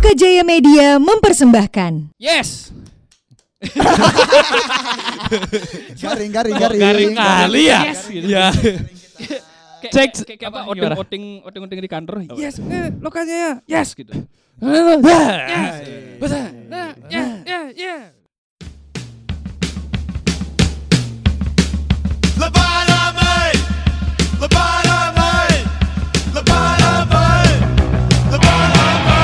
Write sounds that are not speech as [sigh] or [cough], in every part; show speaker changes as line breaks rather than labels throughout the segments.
Berjaya Media mempersembahkan.
Yes.
garing garing garing
Kok Oh, garing kali ya.
Yes, gitu.
[laughs] Ya.
Kayak-
Cek
kayak- kayak apa
apa
gimana?
outing outing outing outing di kantor.
Apa?
Yes, eh, lokasinya ya. Yes gitu.
Yes.
Betul.
Nah, ya, ya, ya.
Lobotomy! Lobotomy! Lobotomy! Lobotomy!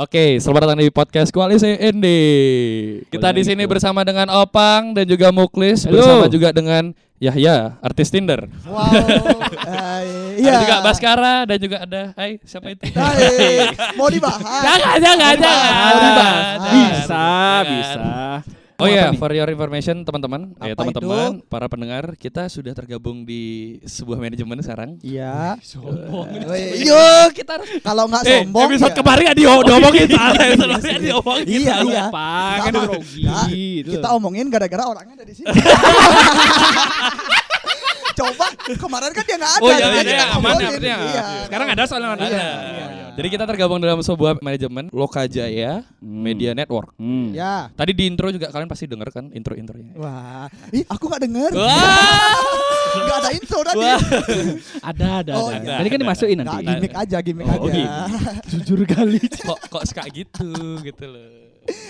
Oke, selamat datang di podcast Koalisi Indie. Kita di sini bersama dengan Opang dan juga Muklis
Halo.
bersama juga dengan Yahya, artis Tinder.
wow Hai, iya
Ada juga Baskara dan juga ada Hai, siapa itu?
Hai, mau dibahas
[laughs] Jangan, jangan, jangan. Jangan.
Bisa,
Jangan.
bisa.
Oh
Apa
ya,
nih?
for your information teman-teman, ya
Apa
teman-teman, para pendengar, kita sudah tergabung di sebuah manajemen sekarang.
iya Weh,
Yo, kita harus Eh,
kalau nggak sombong
episode
ya-
kemarin nggak dio-
Oh, iya.
diomongin, salah episode kemarin diomongin.
iya iya
Apa?
Nggak
Kan
apa-
grogi.
nggak,
gitu.
kita omongin gara-gara orangnya dari
[laughs]
sini coba kemarin kan dia [laughs] nggak ada
Oh iya,
makanya
iya,
ya,
kita
iya, aman
ngobrolin.
artinya.
Iya.
Sekarang ada soalnya ada.
Iya,
Jadi kita tergabung dalam sebuah manajemen Lokajaya
Hmm.
Media Network.
Hmm.
ya
Tadi di intro juga kalian pasti denger kan intro-intronya.
wah ih aku nggak denger
Wah.
nggak ada intro tadi
Wah.
Ada, ada,
Oh,
ada.
iya.
Tadi kan dimasukin
nggak kan.
nanti.
gimmick aja gimmick
Oh,
aja
gimmick. [laughs] Jujur kali.
kok kok suka gitu gitu loh.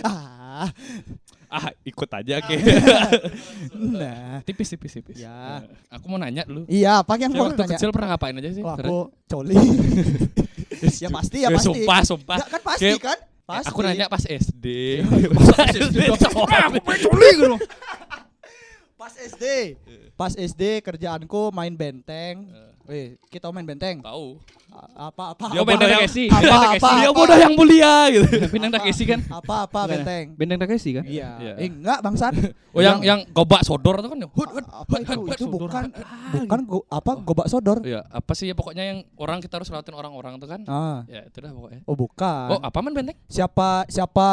ah
Ah, ikut aja ke.
[laughs] nah
tipis tipis
[laughs]
tipis.
Ya.
Eh, Aku mau nanya dulu.
iya apa yang
Saya
mau
waktu
tanya
kecil pernah ngapain aja sih?
Wah,
Keren.
aku
[laughs]
coli ya pasti ya
Eh,
pasti
Sumpah, sumpah.
Nggak, kan pasti
Kayak- eh,
kan pasti
Aku nanya pas SD. [laughs]
[laughs]
Aku pengen coli gitu.
pas SD pas SD kerjaanku main benteng Wih, kita main benteng
Tahu.
apa apa
Eh. Dia
Oh,
apa
bodoh
benteng
yang
Takeshi.
Apa,
Benteng
apa,
Takeshi. [laughs] Dia
apa?
bodoh yang mulia gitu. Benteng
Apa?
Takeshi kan.
apa apa benteng
Benteng Takeshi kan?
iya
Iya.
eh, enggak bangsat
[laughs] [laughs] Oh yang yang gobak sodor itu kan. Hut hut.
apa
hut,
itu
hut,
itu
sodor.
bukan bukan go- apa gobak sodor
Iya, apa sih ya pokoknya yang orang kita harus lewatin orang-orang tuh kan.
ah
Ya, itu dah pokoknya.
oh bukan
Oh, apa man benteng?
siapa siapa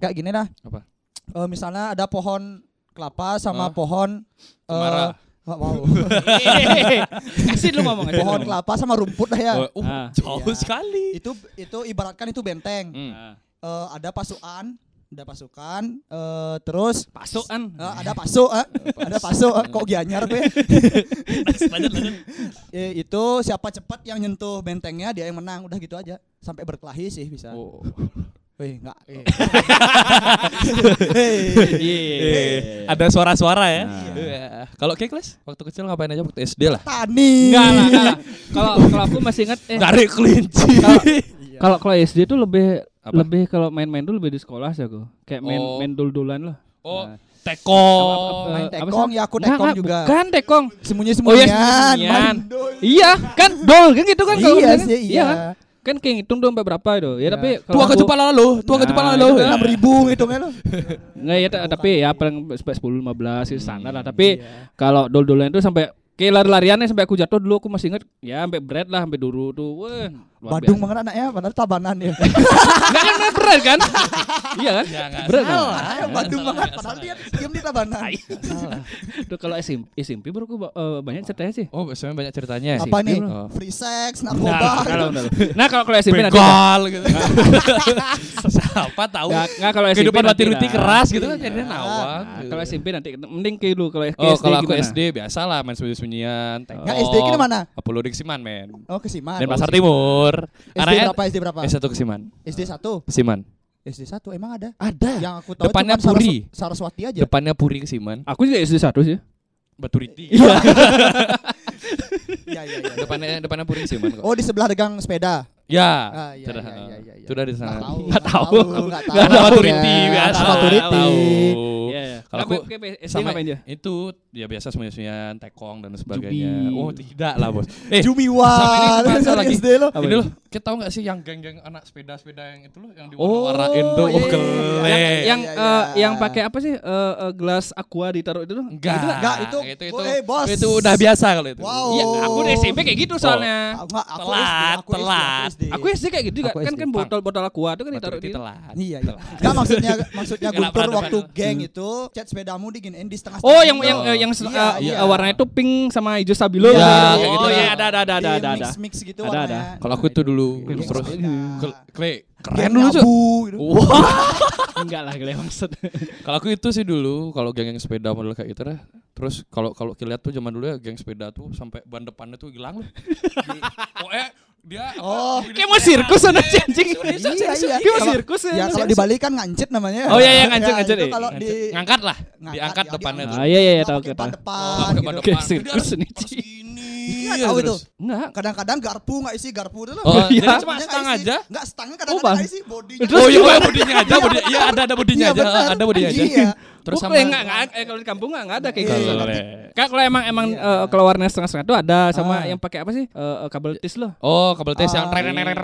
kayak gini dah
Apa?
Eh, misalnya ada pohon kelapa sama
Ah.
pohon eh,
Cemara.
nggak mau
Iya. Kasih lu ngomong aja.
[laughs] pohon kelapa sama rumput dah ya
Oh, uh,
Ah.
jauh
Iya.
sekali.
itu itu ibaratkan itu benteng
Hmm.
Ah.
Eh, ada pasukan ada pasukan eh, terus
Pasukan.
eh, ada pasu eh, ada pasu eh, kok gianyar gue
[laughs] Lanjut, lanjut.
[laughs] Eh, itu siapa cepat yang nyentuh bentengnya dia yang menang udah gitu aja sampai berkelahi sih bisa
Oh.
Wih, enggak. eh.
Eh, Ada suara-suara ya. Iya. Kalau Kekles waktu kecil ngapain aja waktu SD lah?
Tani.
Enggak lah, enggak
[laughs]
lah. Kalau kalau aku masih ingat eh iya.
Tarik kelinci.
kalau kalau SD tuh lebih
Apa?
lebih kalau main-main dulu lebih di sekolah sih aku. Kayak main
Oh.
main dul-dulan loh.
Oh,
Nah.
teko.
Main
Eh, apa
tekong,
sih?
ya aku
Nggak,
tekong
nggak,
juga.
Bukan tekong. Oh,
Sembunyi-sembunyian.
iya, sembunyian.
Main dol.
Iya, kan dol kan gitu kan kalau
Iya
bener kan?
sih, iya.
kan? Kan kayak ngitung dong sampai berapa itu. Ya tapi kalau
Iya. Tua
aku-
ketupat lalu, tua ketupat
Nah,
lalu.
itu
Ya.
kan.
6.000 ngitungnya lo.
Nggak ya ta- tapi ya paling sampai 10 15 gitu standar lah. Tapi
Iya.
kalau dol-dolan itu sampai kayak lari-lariannya sampai aku jatuh dulu aku masih inget ya sampai berat lah sampai duru tuh. Wah, luar
Badung
biasa.
banget anaknya, padahal tabanan ya.
Nggak kan memang berat
[laughs]
kan? iya kan?
Ya, nggak
berat kan?
salah.
Anaknya Badung banget, padahal dia diam di tabanan.
Tuh kalau SMP, SMP baru aku eh, banyak ceritanya sih.
Oh, sebenarnya banyak ceritanya ya.
Apa nih? Ah.
Oh.
Free sex,
Nah,
narkoba.
kalau nah kalau kalau SMP nanti
Begal gitu. [laughs] Siapa tahu
Nggak, nggak, kalau SMP
kehidupan
nanti
mati ruti
lah.
keras gitu kan jadinya nawang.
Nah, kalau SMP nanti mending ke dulu kalau
Oh, kalau aku
gimana?
SD biasa lah main sembunyi-sembunyian,
Oh.
teko.
Nggak, SD ke mana?
Apollo Desiman, men.
Oh, kesiman.
Oh. Dan Pasar Timur.
SD berapa? SD berapa?
S1 Kesiman.
SD 1.
Kesiman.
SD 1 emang ada?
Ada.
Yang aku tahu
Eh, Depannya
cuman
Puri.
Saras- Saraswati aja.
Ya, Depannya Puri Kesiman.
Aku juga SD satu sih.
Baturiti. Iya.
Iya, iya, iya.
[laughs] depannya depannya Puri Kesiman kok.
Oh, di sebelah degang sepeda.
Ya.
Ah, iya,
sudah.
iya, iya, iya, iya.
Sudah di sana.
Nggak tahu,
Nggak
nggak
tahu.
tahu, nggak
Nggak
tahu.
ada Baturiti
Nggak
biasa.
ada Baturiti.
Iya,
Iya, iya.
Kalau
Nah,
aku
ke- ke SD
sama
ngapain aja?
itu ya biasa sembunyi-sembunyian tekong dan sebagainya.
Jubi.
Oh, tidak lah, Bos. Eh, sama
[laughs]
ini
Jumiwa.
bukan salah
Dari
lagi.
SD lo.
Apa
ini
itu?
loh, kita tahu nggak sih yang geng-geng anak sepeda-sepeda yang itu loh yang
Oh,
diwarna-warnain tuh,
iya,
oh,
iya,
geli.
iya,
Boleh.
Yang yang,
Iya,
eh,
iya.
yang pakai apa sih eh, eh, gelas aqua ditaruh itu tuh?
Enggak. Nah,
Itu enggak, itu- eh, bos.
Itu udah biasa kalau itu.
Wow.
Iya, aku di SMP kayak
Oh.
gitu soalnya.
Oh. Aku nggak, aku SD, aku SD,
Telat, telat.
SD.
Aku SD kayak gitu juga.
Aku
Kan
SD.
kan botol-botol aqua itu kan ditaruh di
telat.
Iya, iya. Enggak maksudnya maksudnya
Kenapa
Guntur
ada
waktu
panel?
geng itu chat sepedamu diginiin di setengah.
Oh, yang yang eh, yang
Iya,
eh,
iya.
eh, warnanya tuh pink sama hijau stabilo.
Iya,
Gitu.
kayak gitu.
Oh iya, ada ada ada ada ada. ada.
Mix mix gitu
Ada,
warnanya.
ada.
Kalau aku itu dulu
Terus.
terus
Nah.
Kle,
Geng
keren Oh. dulu cuy.
nabu, gitu.
Wah.
Enggak lah, gue maksud.
[laughs] Kalau aku itu sih dulu kalau geng yang sepeda model kayak itu dah. Terus kalau kalau kita lihat tuh zaman dulu ya geng sepeda tuh sampai ban depannya tuh hilang loh. Pokoknya dia apa,
Oh.
gini-
Kayak mau sirkus sana anjing.
Iya, iya.
Kayak mau
Kalau-
sirkus.
Ya kalau dibalik kan ngancit namanya.
Oh, iya, iya, ngancit,
Ya,
ngancit,
itu
iya.
Kalau
Ngangkat-
di
ngangkat lah,
ngangkat,
diangkat
ya,
depannya
diangkat.
tuh.
Ah iya iya iya,
nggak
tahu
pakai
kita.
ban
Oh,
depan.
pakai
gitu.
ban
Kayak
depan. Dia
sirkus
harus-
nih,
harus
Ci.
gini,
Iya,
ya,
tahu itu.
terus.
Enggak.
Kadang-kadang garpu nggak isi garpu itu loh.
Oh,
Iya.
jadi cuma stang aja.
Enggak, stangnya
Oh, Bang.
kadang-kadang nggak isi bodinya.
Terus
oh iya,
gimana?
iya, bodinya aja, bodi, iya ada ada bodinya
Iya,
aja,
benar.
ada bodinya aja.
Iya.
[laughs] Terus sama
enggak enggak eh, kalau di kampung enggak enggak ada kayak
Iya,
gitu.
iya.
Tapi- Kak kalau emang emang eh, kalau warnanya setengah-setengah tuh ada sama yang pakai apa sih? Eh, eh, kabel tis loh.
Oh, kabel tes
Ah,
yang tren gitu
Iya,
kan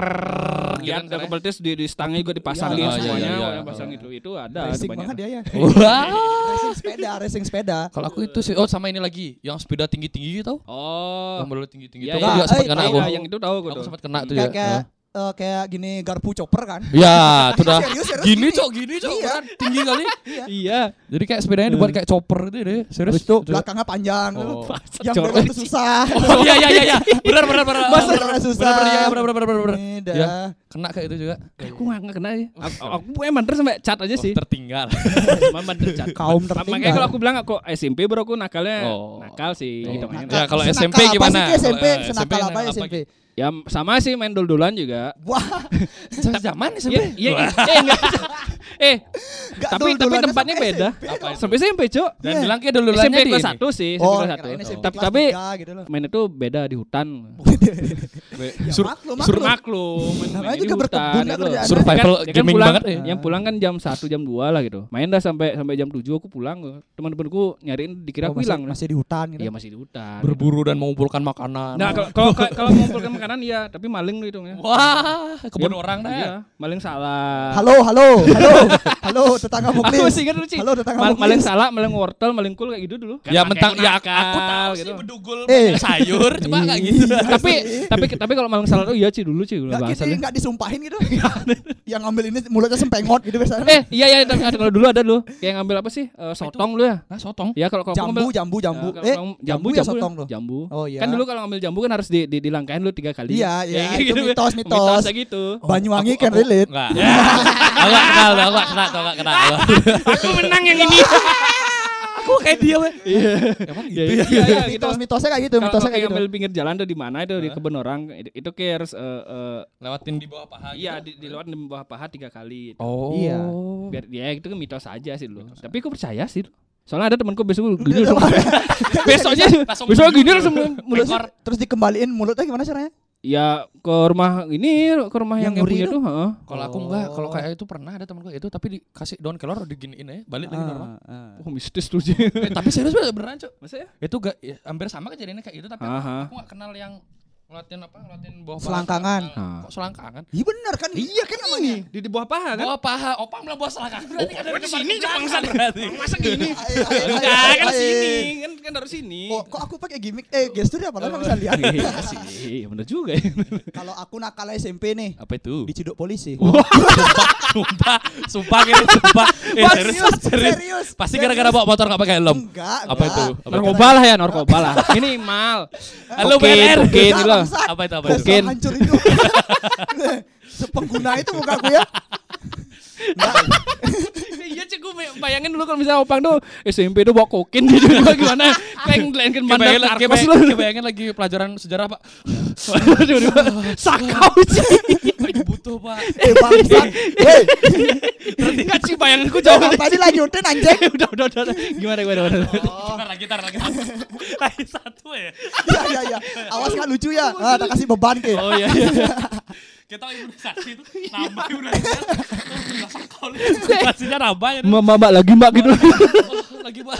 ada
soalnya.
kabel tis di di stangnya juga dipasangin
Iya, iya,
semuanya,
iya, iya.
warna pasang itu Nah, itu ada
Racing
banyak.
banget dia ya.
Wah.
Racing sepeda, racing sepeda.
Kalau aku itu sih, oh sama ini lagi, yang sepeda tinggi-tinggi tau?
Oh.
Yang model tinggi-tinggi
Iya,
itu
iya.
aku juga sempat
Eh,
kena
Iya,
aku.
yang itu tahu gue
Aku
tuh.
sempat kena tuh ya.
Kayak kayak eh, kayak gini garpu chopper kan.
Ya, itu dah.
Serius, serius,
Gini
gini.
cok, gini cok,
Iya.
beneran tinggi kali.
Iya.
Jadi kayak sepedanya dibuat kayak chopper gitu deh, serius.
Terus tuh belakangnya panjang.
Oh.
Yang
Jorok.
belok tuh susah.
Oh iya iya
[laughs]
iya, iya. benar benar benar.
Bahasa
Benar,
orang susah.
Benar benar iya, benar benar benar benar.
Ini
Iya.
dah.
Kena kayak itu juga.
Aku nggak nggak kena sih. Aku, aku emang terus sampai cat aja sih.
Tertinggal.
Cuma mandir cat.
Kaum
Makanya kalau
tertinggal.
aku bilang aku SMP baru aku nakalnya
Oh.
nakal sih gitu
Nakal.
mainnya.
Ya kalau
Senakal Nah,
SMP
apa
gimana?
sih, Ki, SMP,
Kalau, eh,
senakal apa
nah,
SMP?
Ya sama sih main dol-dolan juga.
Wah, ya,
Sezaman SMP.
Iya, iya, iya, eh, enggak. [laughs] Eh, tapi
nggak
tapi
dol-dolannya
tempatnya
sampai
beda.
SMP.
Apa itu?
Sampai SMP, Cok.
Dan
Iya.
bilang kayak dulu
SMP kelas 1 sih, SMP
Oh,
kelas
kirain SMP
1. Tapi
kelas
tapi
tiga gitu
[laughs]
loh.
main itu beda di hutan.
Ya,
Sur-
maklum,
Sur
maklum.
maklum, main,
Namanya
main di
juga berkebun
hutan
lah
gitu loh.
kerjaan.
Survival
Dia kan- dia kan
gaming
pulang-
banget ya.
Yang pulang kan jam 1 jam 2 lah gitu. Main dah sampai sampai jam 7 aku pulang. Teman-temanku nyariin dikira
Oh,
aku
masih-
hilang.
masih di hutan gitu.
Iya masih di hutan.
Berburu dan mengumpulkan makanan.
Nah, kalau kalau kalau [laughs] mengumpulkan makanan iya, tapi maling lu hitungnya.
Wah, kebun
Iya,
orang dah.
Iya, maling salah.
Halo, halo, halo, halo, tetangga
[laughs] Aku
muklis.
masih ingat dulu, Ci.
Halo, tetangga
Mal-
Muklis.
maling salah, maling wortel, maling kul kayak gitu dulu.
Ya mentang ya aku tahu sih bedugul punya [laughs]
Eh,
sayur cuma enggak
gitu.
gitu.
Iya. [laughs] tapi tapi tapi kalau maling salah tuh iya Ci dulu Ci dulu
Nggak gitu,
bahasannya.
nggak disumpahin gitu. yang ngambil ini mulutnya sempengot gitu biasanya.
Eh, iya iya tapi ada kalau dulu ada dulu. Kayak ngambil apa sih? Eh, sotong lu ya.
Nah, sotong.
Ya kalau kalau aku
jambu,
ngambil
jambu, jambu.
Ya, kalau
eh,
kamu-
jambu,
jambu
ya sotong
ya?
loh.
Jambu.
Oh iya.
Kan dulu kalau ngambil jambu kan harus di, di, dilangkahin lu tiga kali.
Iya, iya,
Ya,
itu mitos, mitos.
kayak gitu.
Banyuwangi can relate.
Enggak. [laughs] Enggak kenal, enggak kenal, enggak kenal.
Aku menang yang ini.
Aku kayak dia weh. Iya. Emang
Iya,
gitu ya.
iya, iya, gitu.
Mitos, mitosnya kayak gitu,
Kalau kalau
mitosnya
kayak
kayak gitu. [laughs]
ngambil pinggir jalan tuh di mana itu di kebun orang itu- itu kayak harus eh, eh,
Lewatin di bawah paha gitu.
iya di, di luar di bawah paha tiga kali. gitu.
Oh.
Iya.
biar dia itu kan mitos aja sih dulu tapi aku percaya sih soalnya ada temanku besok [laughs] gini
Udah,
langsung [laughs] besoknya
Langsung
besok gini langsung mulut
Rekor.
Terus dikembaliin mulutnya gimana caranya?
ya ke rumah ini ke rumah yang,
Yang
yang
ngeri
punya
itu?
tuh heeh.
Kalau aku enggak, kalau kayak itu pernah ada temen gue itu tapi dikasih daun kelor diginiin aja, balik lagi normal.
oh mistis tuh sih
Eh, tapi serius bener- beneran, Cuk.
[laughs] masa ya
Itu gak, ya, hampir sama kejadiannya kayak itu tapi
Aha.
aku gak kenal yang ngeliatin apa, ngeliatin bawah paha.
Selangkangan.
Nah, Kok selangkangan?
Iya benar kan? Iya kan namanya.
di, di bawah paha kan
Bawah Oh, paha, opang bilang bawah selangkangan. Berarti
Oh, iya,
kan dari sini
bangsat. masa [laughs] gini
Ayo, ayo, ayo,
enggak
ayo,
kan
ayo.
sini kan kan dari sini
iya, Kok, kok aku pakai gimmick? Eh, gestur ya padahal nggak bisa lihat.
[laughs] Iya sih, bener juga ya. [laughs]
Kalau aku nakal SMP nih,
Apa itu?
diciduk polisi.
[laughs] sumpah, sumpah gini, sumpah. Eh,
Wah,
serius,
serius,
serius.
serius,
Pasti
serius.
gara-gara bawa motor gak pakai helm.
Enggak,
Apa itu?
enggak.
Apa itu?
Narkoba lah ya, narkoba [laughs] lah. Minimal.
Halo,
Oke,
BNR.
oke, ini loh.
Bangsat.
Apa itu, apa
Dasar
itu?
Mungkin.
hancur itu. [laughs] Sepengguna itu muka aku ya. Enggak.
Iya cek gue bayangin dulu kalau misalnya opang tuh SMP tuh bawa kokain gitu gua gimana peng ngelainkan
Kayak
bandar
bayangin, kayak
narkos
bayangin,
lu [laughs]
kayak bayangin lagi pelajaran sejarah, Pak.
Tiba-tiba, [laughs] sakau sih
Aduh, butuh, Pak.
Eh, bangsat. Hei,
nggak sih bayanginku [laughs] jauh
jangan
dari
tadi lanjutin anjing.
[laughs] udah udah udah udah. gimana gimana [laughs] gimana
Gitar lagi, gitar lagi. Lagi satu ya.
Iya, iya, iya. Awas kan lucu ya. Ah, tak kasih beban ke.
oh iya iya.
Kita imunisasi itu nambah imunisasi. Pastinya nambah ya.
mbak mbak mbak [laughs] lagi mbak gitu
lagi pak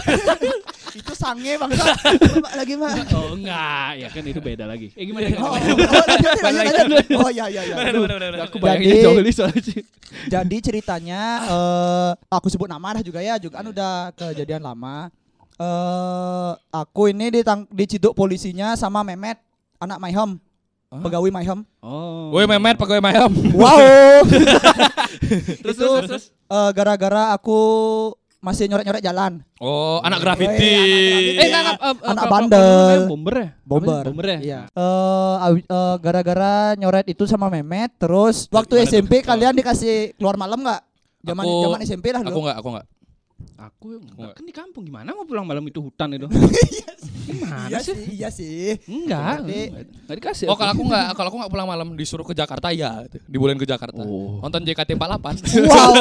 Itu sange
[laughs]
bangsa. Pak, Lagi mah.
Oh enggak, ya kan itu beda lagi. Eh gimana? gimana?
Oh, oh, oh, lanjut, lanjut, lanjut. Oh iya iya iya.
Aku bayanginnya
Jadi-
jauh ini soalnya. sih.
Jadi ceritanya eh aku sebut nama dah juga ya, juga kan udah kejadian lama. Eh aku ini ditang diciduk polisinya sama Memet, anak Mayhem.
Hah?
Pegawai
[laughs]
Mayhem.
Oh.
Woi Mehmet pakai Mayhem.
Wow.
Terus
Itu,
terus terus.
eh, gara-gara aku masih nyoret-nyoret jalan.
[laughs] Oh,
Woi,
anak grafiti.
Eh enggak enggak, eh, eh,
Anak
apa- apa- apa
bandel.
namanya? Bomber ya?
Bomber.
Bomber ya?
Iya. Eh, awi- eh, gara-gara nyoret itu sama Memet terus waktu
Gimana tuh?
SMP kalian dikasih keluar malam nggak? Zaman
Aku-
zaman SMP lah
Aku
dulu.
enggak, aku enggak.
Aku
Enggak.
enggak kan di kampung gimana mau pulang malam itu hutan itu? Gimana
Iya
sih?
sih, iya sih.
Enggak.
Jadi-
Enggak dikasih.
Oh, kalau aku enggak, kalau aku enggak pulang malam disuruh ke Jakarta ya, dibolehin ke Jakarta.
Oh.
Nonton JKT48. [laughs]
Wow.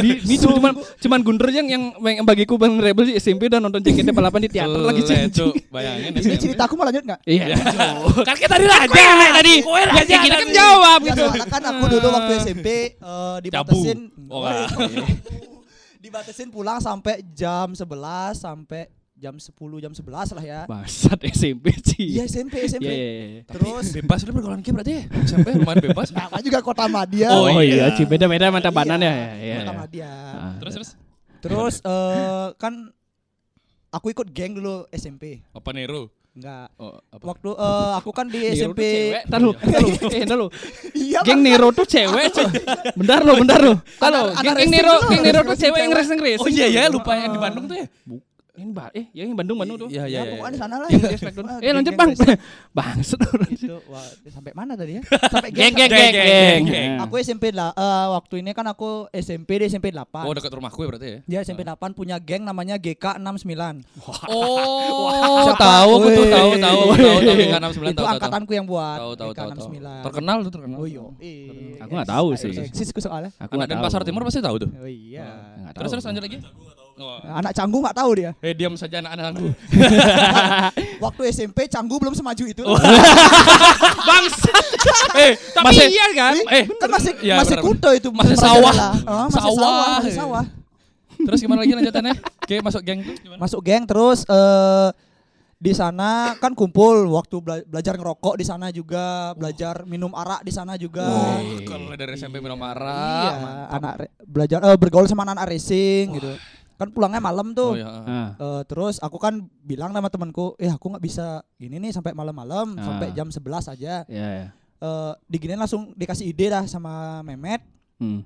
Di- ini cuma- cuman cuman Guntur yang yang yang bagiku bang Rebel sih SMP dan nonton JKT 48 di teater lagi sih.
Lele, Cuk. Bayangin
Ini
SMP.
ceritaku mau lanjut nggak?
Iya. [laughs] Kan kita tadi raja tadi. Ya JKT kan jawab
Ya
gitu.
soalnya kan aku dulu waktu SMP eh, dibatasin gitu?
Oh, nggak.
dibatasin pulang sampai jam 11 sampai jam 10 jam 11 lah ya.
Bangsat SMP sih.
Iya SMP SMP.
Iya, iya, iya.
Terus
bebas lu pergaulan ki berarti ya? SMP lumayan bebas.
Nah, juga kota Madia.
Oh,
Oh
iya.
iya, Ci, beda-beda mata banan ya. Iya.
Kota Madia.
Ah.
Terus terus
Terus eh kan aku ikut geng dulu SMP.
apa Nero?
Enggak.
Oh, apa?
Waktu eh, aku kan di
Nero
SMP.
tuh cewek. Entar lu, entar lu. Eh, entar lu.
Iya,
Geng
Bang.
Nero tuh cewek, Ci. Bentar lu, bentar lu. Entar lu.
Ada-
Geng
ada
geng
racing
Nero,
tuh,
geng Nero tuh
racing
cewek yang
cewek.
racing racing. Ah.
Oh iya ya, lupa yang di Bandung tuh ya.
Yang ba- eh, yang Bandung Bandung tuh.
Iya iya
Ya,
iya.
pokoknya sana lah.
Yang di Smackdown. Eh, lanjut, Bang. [laughs] Bangsat orang sih.
Itu wah, sampai mana tadi ya? Sampai
Geng geng
sampai-
geng geng.
geng.
Nah.
Aku SMP lah. eh, waktu ini kan aku SMP di SMP 8.
Oh dekat rumahku ya berarti ya.
Dia SMP 8 punya geng namanya GK69.
Oh,
Siapa?
tahu aku tuh
Wih.
tahu tahu tahu tahu
Wih.
GK
Itu
69 tahu tahu, tahu.
angkatanku yang buat.
Tahu tahu tahu tahu.
GK69.
Terkenal tuh terkenal.
Oh iya.
Aku nggak tahu sih.
Eksis ku soalnya.
Aku
Anak dan pasar timur pasti tahu tuh.
Oh iya.
Nggak
Terus
tahu.
terus lanjut lagi. Oh.
Anak canggu nggak tahu dia.
Eh diam saja [laughs] anak-anakku.
Waktu SMP canggu belum semaju itu.
Oh,
Bangsa. [laughs]
eh,
Tapi
masih,
iya kan?
Eh,
kan masih
Iya,
masih
benar-benar.
kuto itu
Masih
Mas
sawah.
Adalah. Ah, masih sawah.
Sawah.
masih sawah.
terus gimana lagi lanjutannya? Oke, masuk geng tuh gimana?
Masuk geng terus eh di sana kan kumpul waktu bela- belajar ngerokok di sana juga, belajar minum arak di sana juga.
Oh, kalau dari SMP belum
Iya,
marah.
anak re- belajar eh, bergaul sama anak racing gitu. Kan pulangnya malam tuh.
Oh iya.
Ah.
Eh, terus aku kan bilang sama temanku, "Eh, aku nggak bisa gini nih sampai malam-malam,
Ah.
sampai jam 11 aja."
Iya, iya.
Eh diginiin langsung dikasih ide dah sama Memet,
Hmm.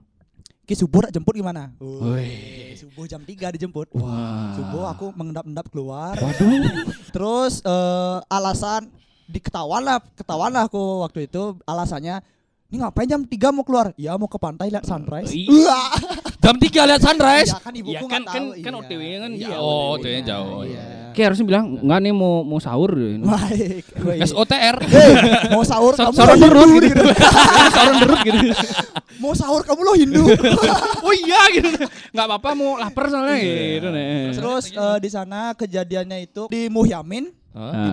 "Ki subuh nak jemput gimana?"
Wih.
subuh jam 3 dijemput.
Wah.
Subuh aku mengendap-endap keluar.
Waduh.
Terus eh, alasan diketahuan lah, ketahuan lah aku waktu itu alasannya ini ngapain jam 3 mau keluar? Ya mau ke pantai lihat sunrise.
Ih.
Wah,
Jam 3 lihat sunrise.
ya kan ibuku
Ya
nggak
kan- kan-
tahu,
kan
iya.
OTW-nya kan
Iya,
jauh,
Oh,
OTW-nya.
OTW-nya jauh,
Iya.
Kayak harusnya bilang enggak nih mau mau sahur. [laughs]
Baik. baik.
SOTR.
Hei, mau sahur
Sa-
kamu
sahur
loh
terus
Hindu,
gitu. [laughs]
gitu.
Sahur derut gitu.
Mau sahur kamu loh Hindu.
[laughs]
[laughs]
Oh iya gitu. Enggak apa-apa mau lapar soalnya gitu nih.
Terus eh, di sana kejadiannya itu di Muhyamin,
Hah?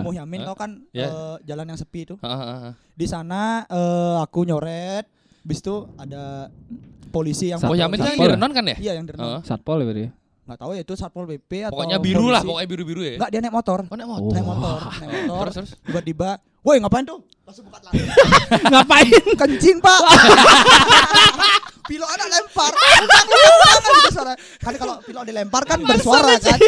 di
Ah.
Muhyamin tau kan
Ya.
eh, jalan yang sepi itu.
Ah, ah, ah.
Di sana eh, aku nyoret, bis itu ada polisi yang
Satpol-
Oh, Yamin kan yang
Satpol
di
ya?
Renon kan ya?
Iya yang dari
Heeh.
Satpol ya berarti.
nggak tahu ya itu satpol pp atau
Pokoknya biru lah,
polisi.
pokoknya biru-biru ya.
nggak dia naik motor
Oh, naik
Oh.
motor.
naik motor naik motor
Terus terus.
tiba-tiba woi ngapain tuh langsung buka tangan
Ngapain?
kencing
[laughs]
pak pilok anak lempar Lempar, lempar, kan gitu suara. kan kalau pilok dilempar kan bersuara kan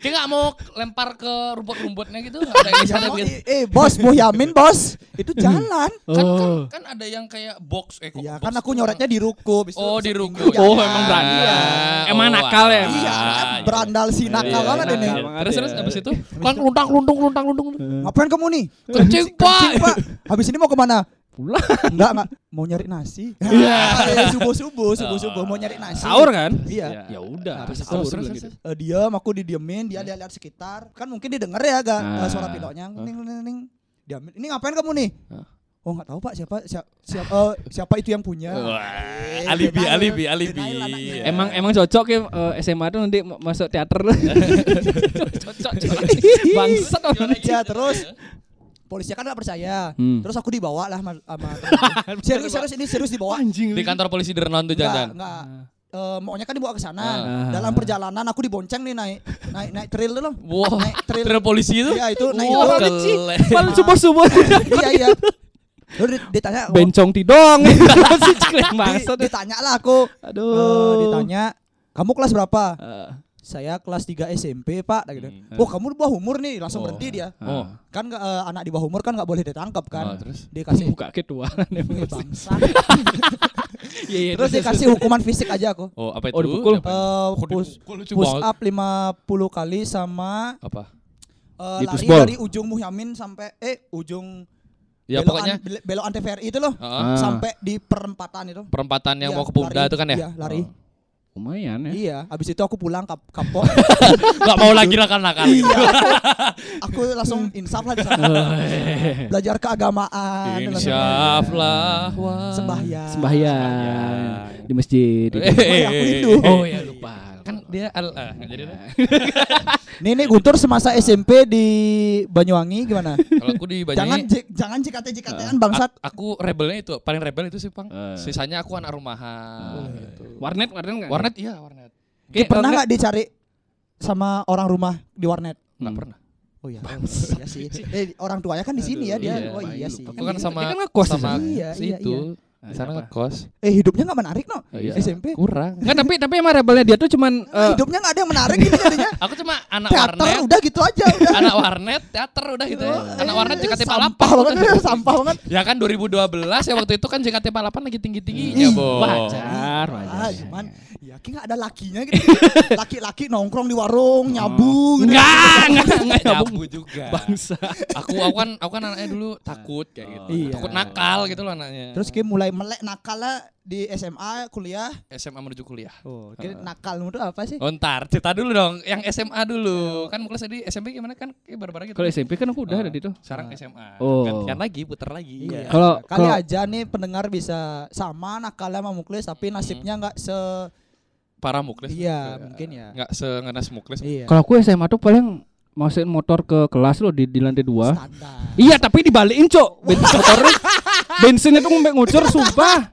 Kayak enggak mau lempar ke rumput-rumputnya gitu. nggak Ada yang
Ya,
sana
mau-
gitu.
eh, eh bos Boyamin bos itu jalan
Kan, kan,
Oh.
kan ada yang kayak box eh kok
Iya
box
kan aku
tuh?
nyoretnya di ruko habis itu
Oh,
bisa
di ruko.
tinggi, ya
Oh,
kan?
emang berani ya.
Ah,
Emang
oh,
nakal ya?
iya kan?
Ah,
berandal si nakal
Iya,
Kan
banget
nakal
ini Hmm.
banget.
Terus terus
ya.
abis itu kan luntang luntung luntang luntung.
ngapain kamu nih
Kencing,
kencing
Pak.
pak habis ini mau kemana
Pulang.
Enggak, enggak. Mau nyari nasi. [laughs] Iya. Subuh-subuh, subuh-subuh mau nyari nasi.
Sahur kan?
Iya.
Ya udah.
Habis
sahur
terus,
lagi.
gitu. terus,
Eh, diam, aku didiemin, dia lihat-lihat sekitar. Kan mungkin didengar ya agak eh,
Ah.
suara pilotnya. Ning, ning, ning. Diamin. Ini ngapain kamu nih?
Hah?
Oh nggak tahu pak siapa siapa siapa, eh, siapa itu yang punya. Iya.
Wah, alibi alibi alibi.
Denial anaknya.
Iya.
Emang emang cocok ya eh, SMA tuh nanti ma- masuk teater cocok cocok. Bangsat orang.
Ya terus polisinya kan nggak percaya.
Hmm.
Terus aku
[laughs]
dibawa lah sama, sama temen. serius serius ini serius dibawa.
gitu,
anjing.
di kantor polisi di Renon tuh
Enggak,
jangan.
enggak. eh, maunya kan dibawa ke sana.
Ah.
Dalam perjalanan aku dibonceng nih naik naik naik trail dulu.
Wah,
Naik trail.
trail polisi itu?
Iya, itu naik
Wah,
itu.
kecil.
Paling subuh-subuh.
iya iya. Lalu di-
[laughs]
ditanya "Oh,
Bencong tidong. Si ceklek masa
di,
deh.
ditanya lah aku.
ya. Aduh.
Oh.
Eh, ditanya kamu kelas berapa?
Eh,
Saya kelas 3 SMP, Pak. Nah, gitu.
Hmm.
Wah, kamu di bawah umur nih, langsung
Oh.
berhenti dia.
Oh,
Kan nggak, eh, anak di bawah umur kan nggak boleh ditangkap
kan.
kan.
terus
Dikasih
buka ke dua.
[laughs]
Iya,
Wih, bangsa.
iya,
Terus dikasih hukuman fisik aja aku.
Oh, apa itu?
Oh, dipukul.
Apa?
Eh,
Kok
push,
dipukul? Lucu
push
banget.
up 50 kali sama
Apa?
eh,
Di
lari
pushball.
dari ujung Muhyamin sampai eh ujung
Ya
belokan-
pokoknya
bel- belokan TVRI itu loh.
Heeh.
Ah.
Sampai di perempatan itu.
perempatan yang
Iya,
mau ke Pemda
lari.
itu kan ya?
Iya, lari.
Ah.
Oh.
Lumayan [laughs] ya.
Iya, habis itu aku pulang kap
[laughs]
kapok.
Nggak mau lagi rakan-rakan gitu.
aku langsung insaf lah di sana.
Ah.
Belajar keagamaan. dan lain-lain.
Insyaf lah. Wah.
Sembahyang.
Sembahyang di masjid. itu.
Eh, eh,
aku
eh,
Hindu.
eh. Oh ya lupa. Kan dia al ah, nggak jadi deh.
Nih nih Guntur semasa SMP di Banyuwangi gimana?
[laughs] Kalau aku di
jangan
Banyuwangi
jik- jangan JKT JKT-an
Ah.
bangsat.
a- aku rebelnya itu, paling rebel itu sih, Pang.
Eh.
Sisanya aku anak rumahan gitu.
Warnet, warnet enggak?
Warnet iya, warnet.
Kayak
[laughs] Pernah
warnet-
nggak dicari sama orang rumah di warnet?
Enggak
Hmm.
pernah.
Oh iya, oh, [laughs] iya sih. Eh, orang tuanya kan di sini ya dia.
Iya,
oh iya
lupa.
sih.
Aku kan sama
Dia kan ngekos di
sama
sana. Iya, iya,
situ. Di sana
Siapa?
ngekos.
Eh hidupnya nggak menarik no
Iya.
SMP.
Kurang.
Enggak, Kan, tapi tapi emang rebelnya dia tuh cuman eh,
Oh, hidupnya nggak ada yang menarik gitu jadinya.
Aku cuma [laughs] anak
Teater
warnet,
udah gitu aja udah. Eh,
anak warnet, teater udah gitu ya. Anak warnet
iya,
JKT48.
sampah banget, iya, eh, sampah banget.
Ya kan 2012 ya waktu itu kan JKT48 lagi tinggi-tingginya, Bo. [laughs]
wajar, wajar.
Ah, cuman ya kayak nggak ada lakinya
[laughs]
gitu. Laki-laki nongkrong di
Oh.
warung, nyabu gitu.
Enggak,
[laughs]
enggak, enggak nyambung
Nyabu juga.
bangsa.
Aku aku kan aku kan anaknya dulu takut kayak gitu.
Iya.
Takut nakal gitu loh anaknya.
Terus kayak mulai melek nakalnya di SMA kuliah.
SMA menuju kuliah.
Oh, kayak
Ah.
nakal itu apa sih?
Oh, ntar cerita dulu dong, yang SMA dulu. Kan mukul tadi SMP gimana kan? Kayak barbar gitu.
Kalau SMP kan aku
Oh.
udah ada di tuh.
Sekarang SMA.
Oh.
Gantian lagi, putar lagi.
Iya.
Kalau
Kali
kalau
aja nih pendengar bisa sama nakalnya sama Muklis tapi nasibnya nggak se
Para muklis. gitu
Iya, mungkin ya.
Enggak senganas muklis.
Iya.
kalau aku SMA tuh paling masukin motor ke kelas loh di, di lantai dua.
Standar.
Iya tapi dibalikin cok
[laughs]
bensin motornya bensinnya tuh ngombe ngucur sumpah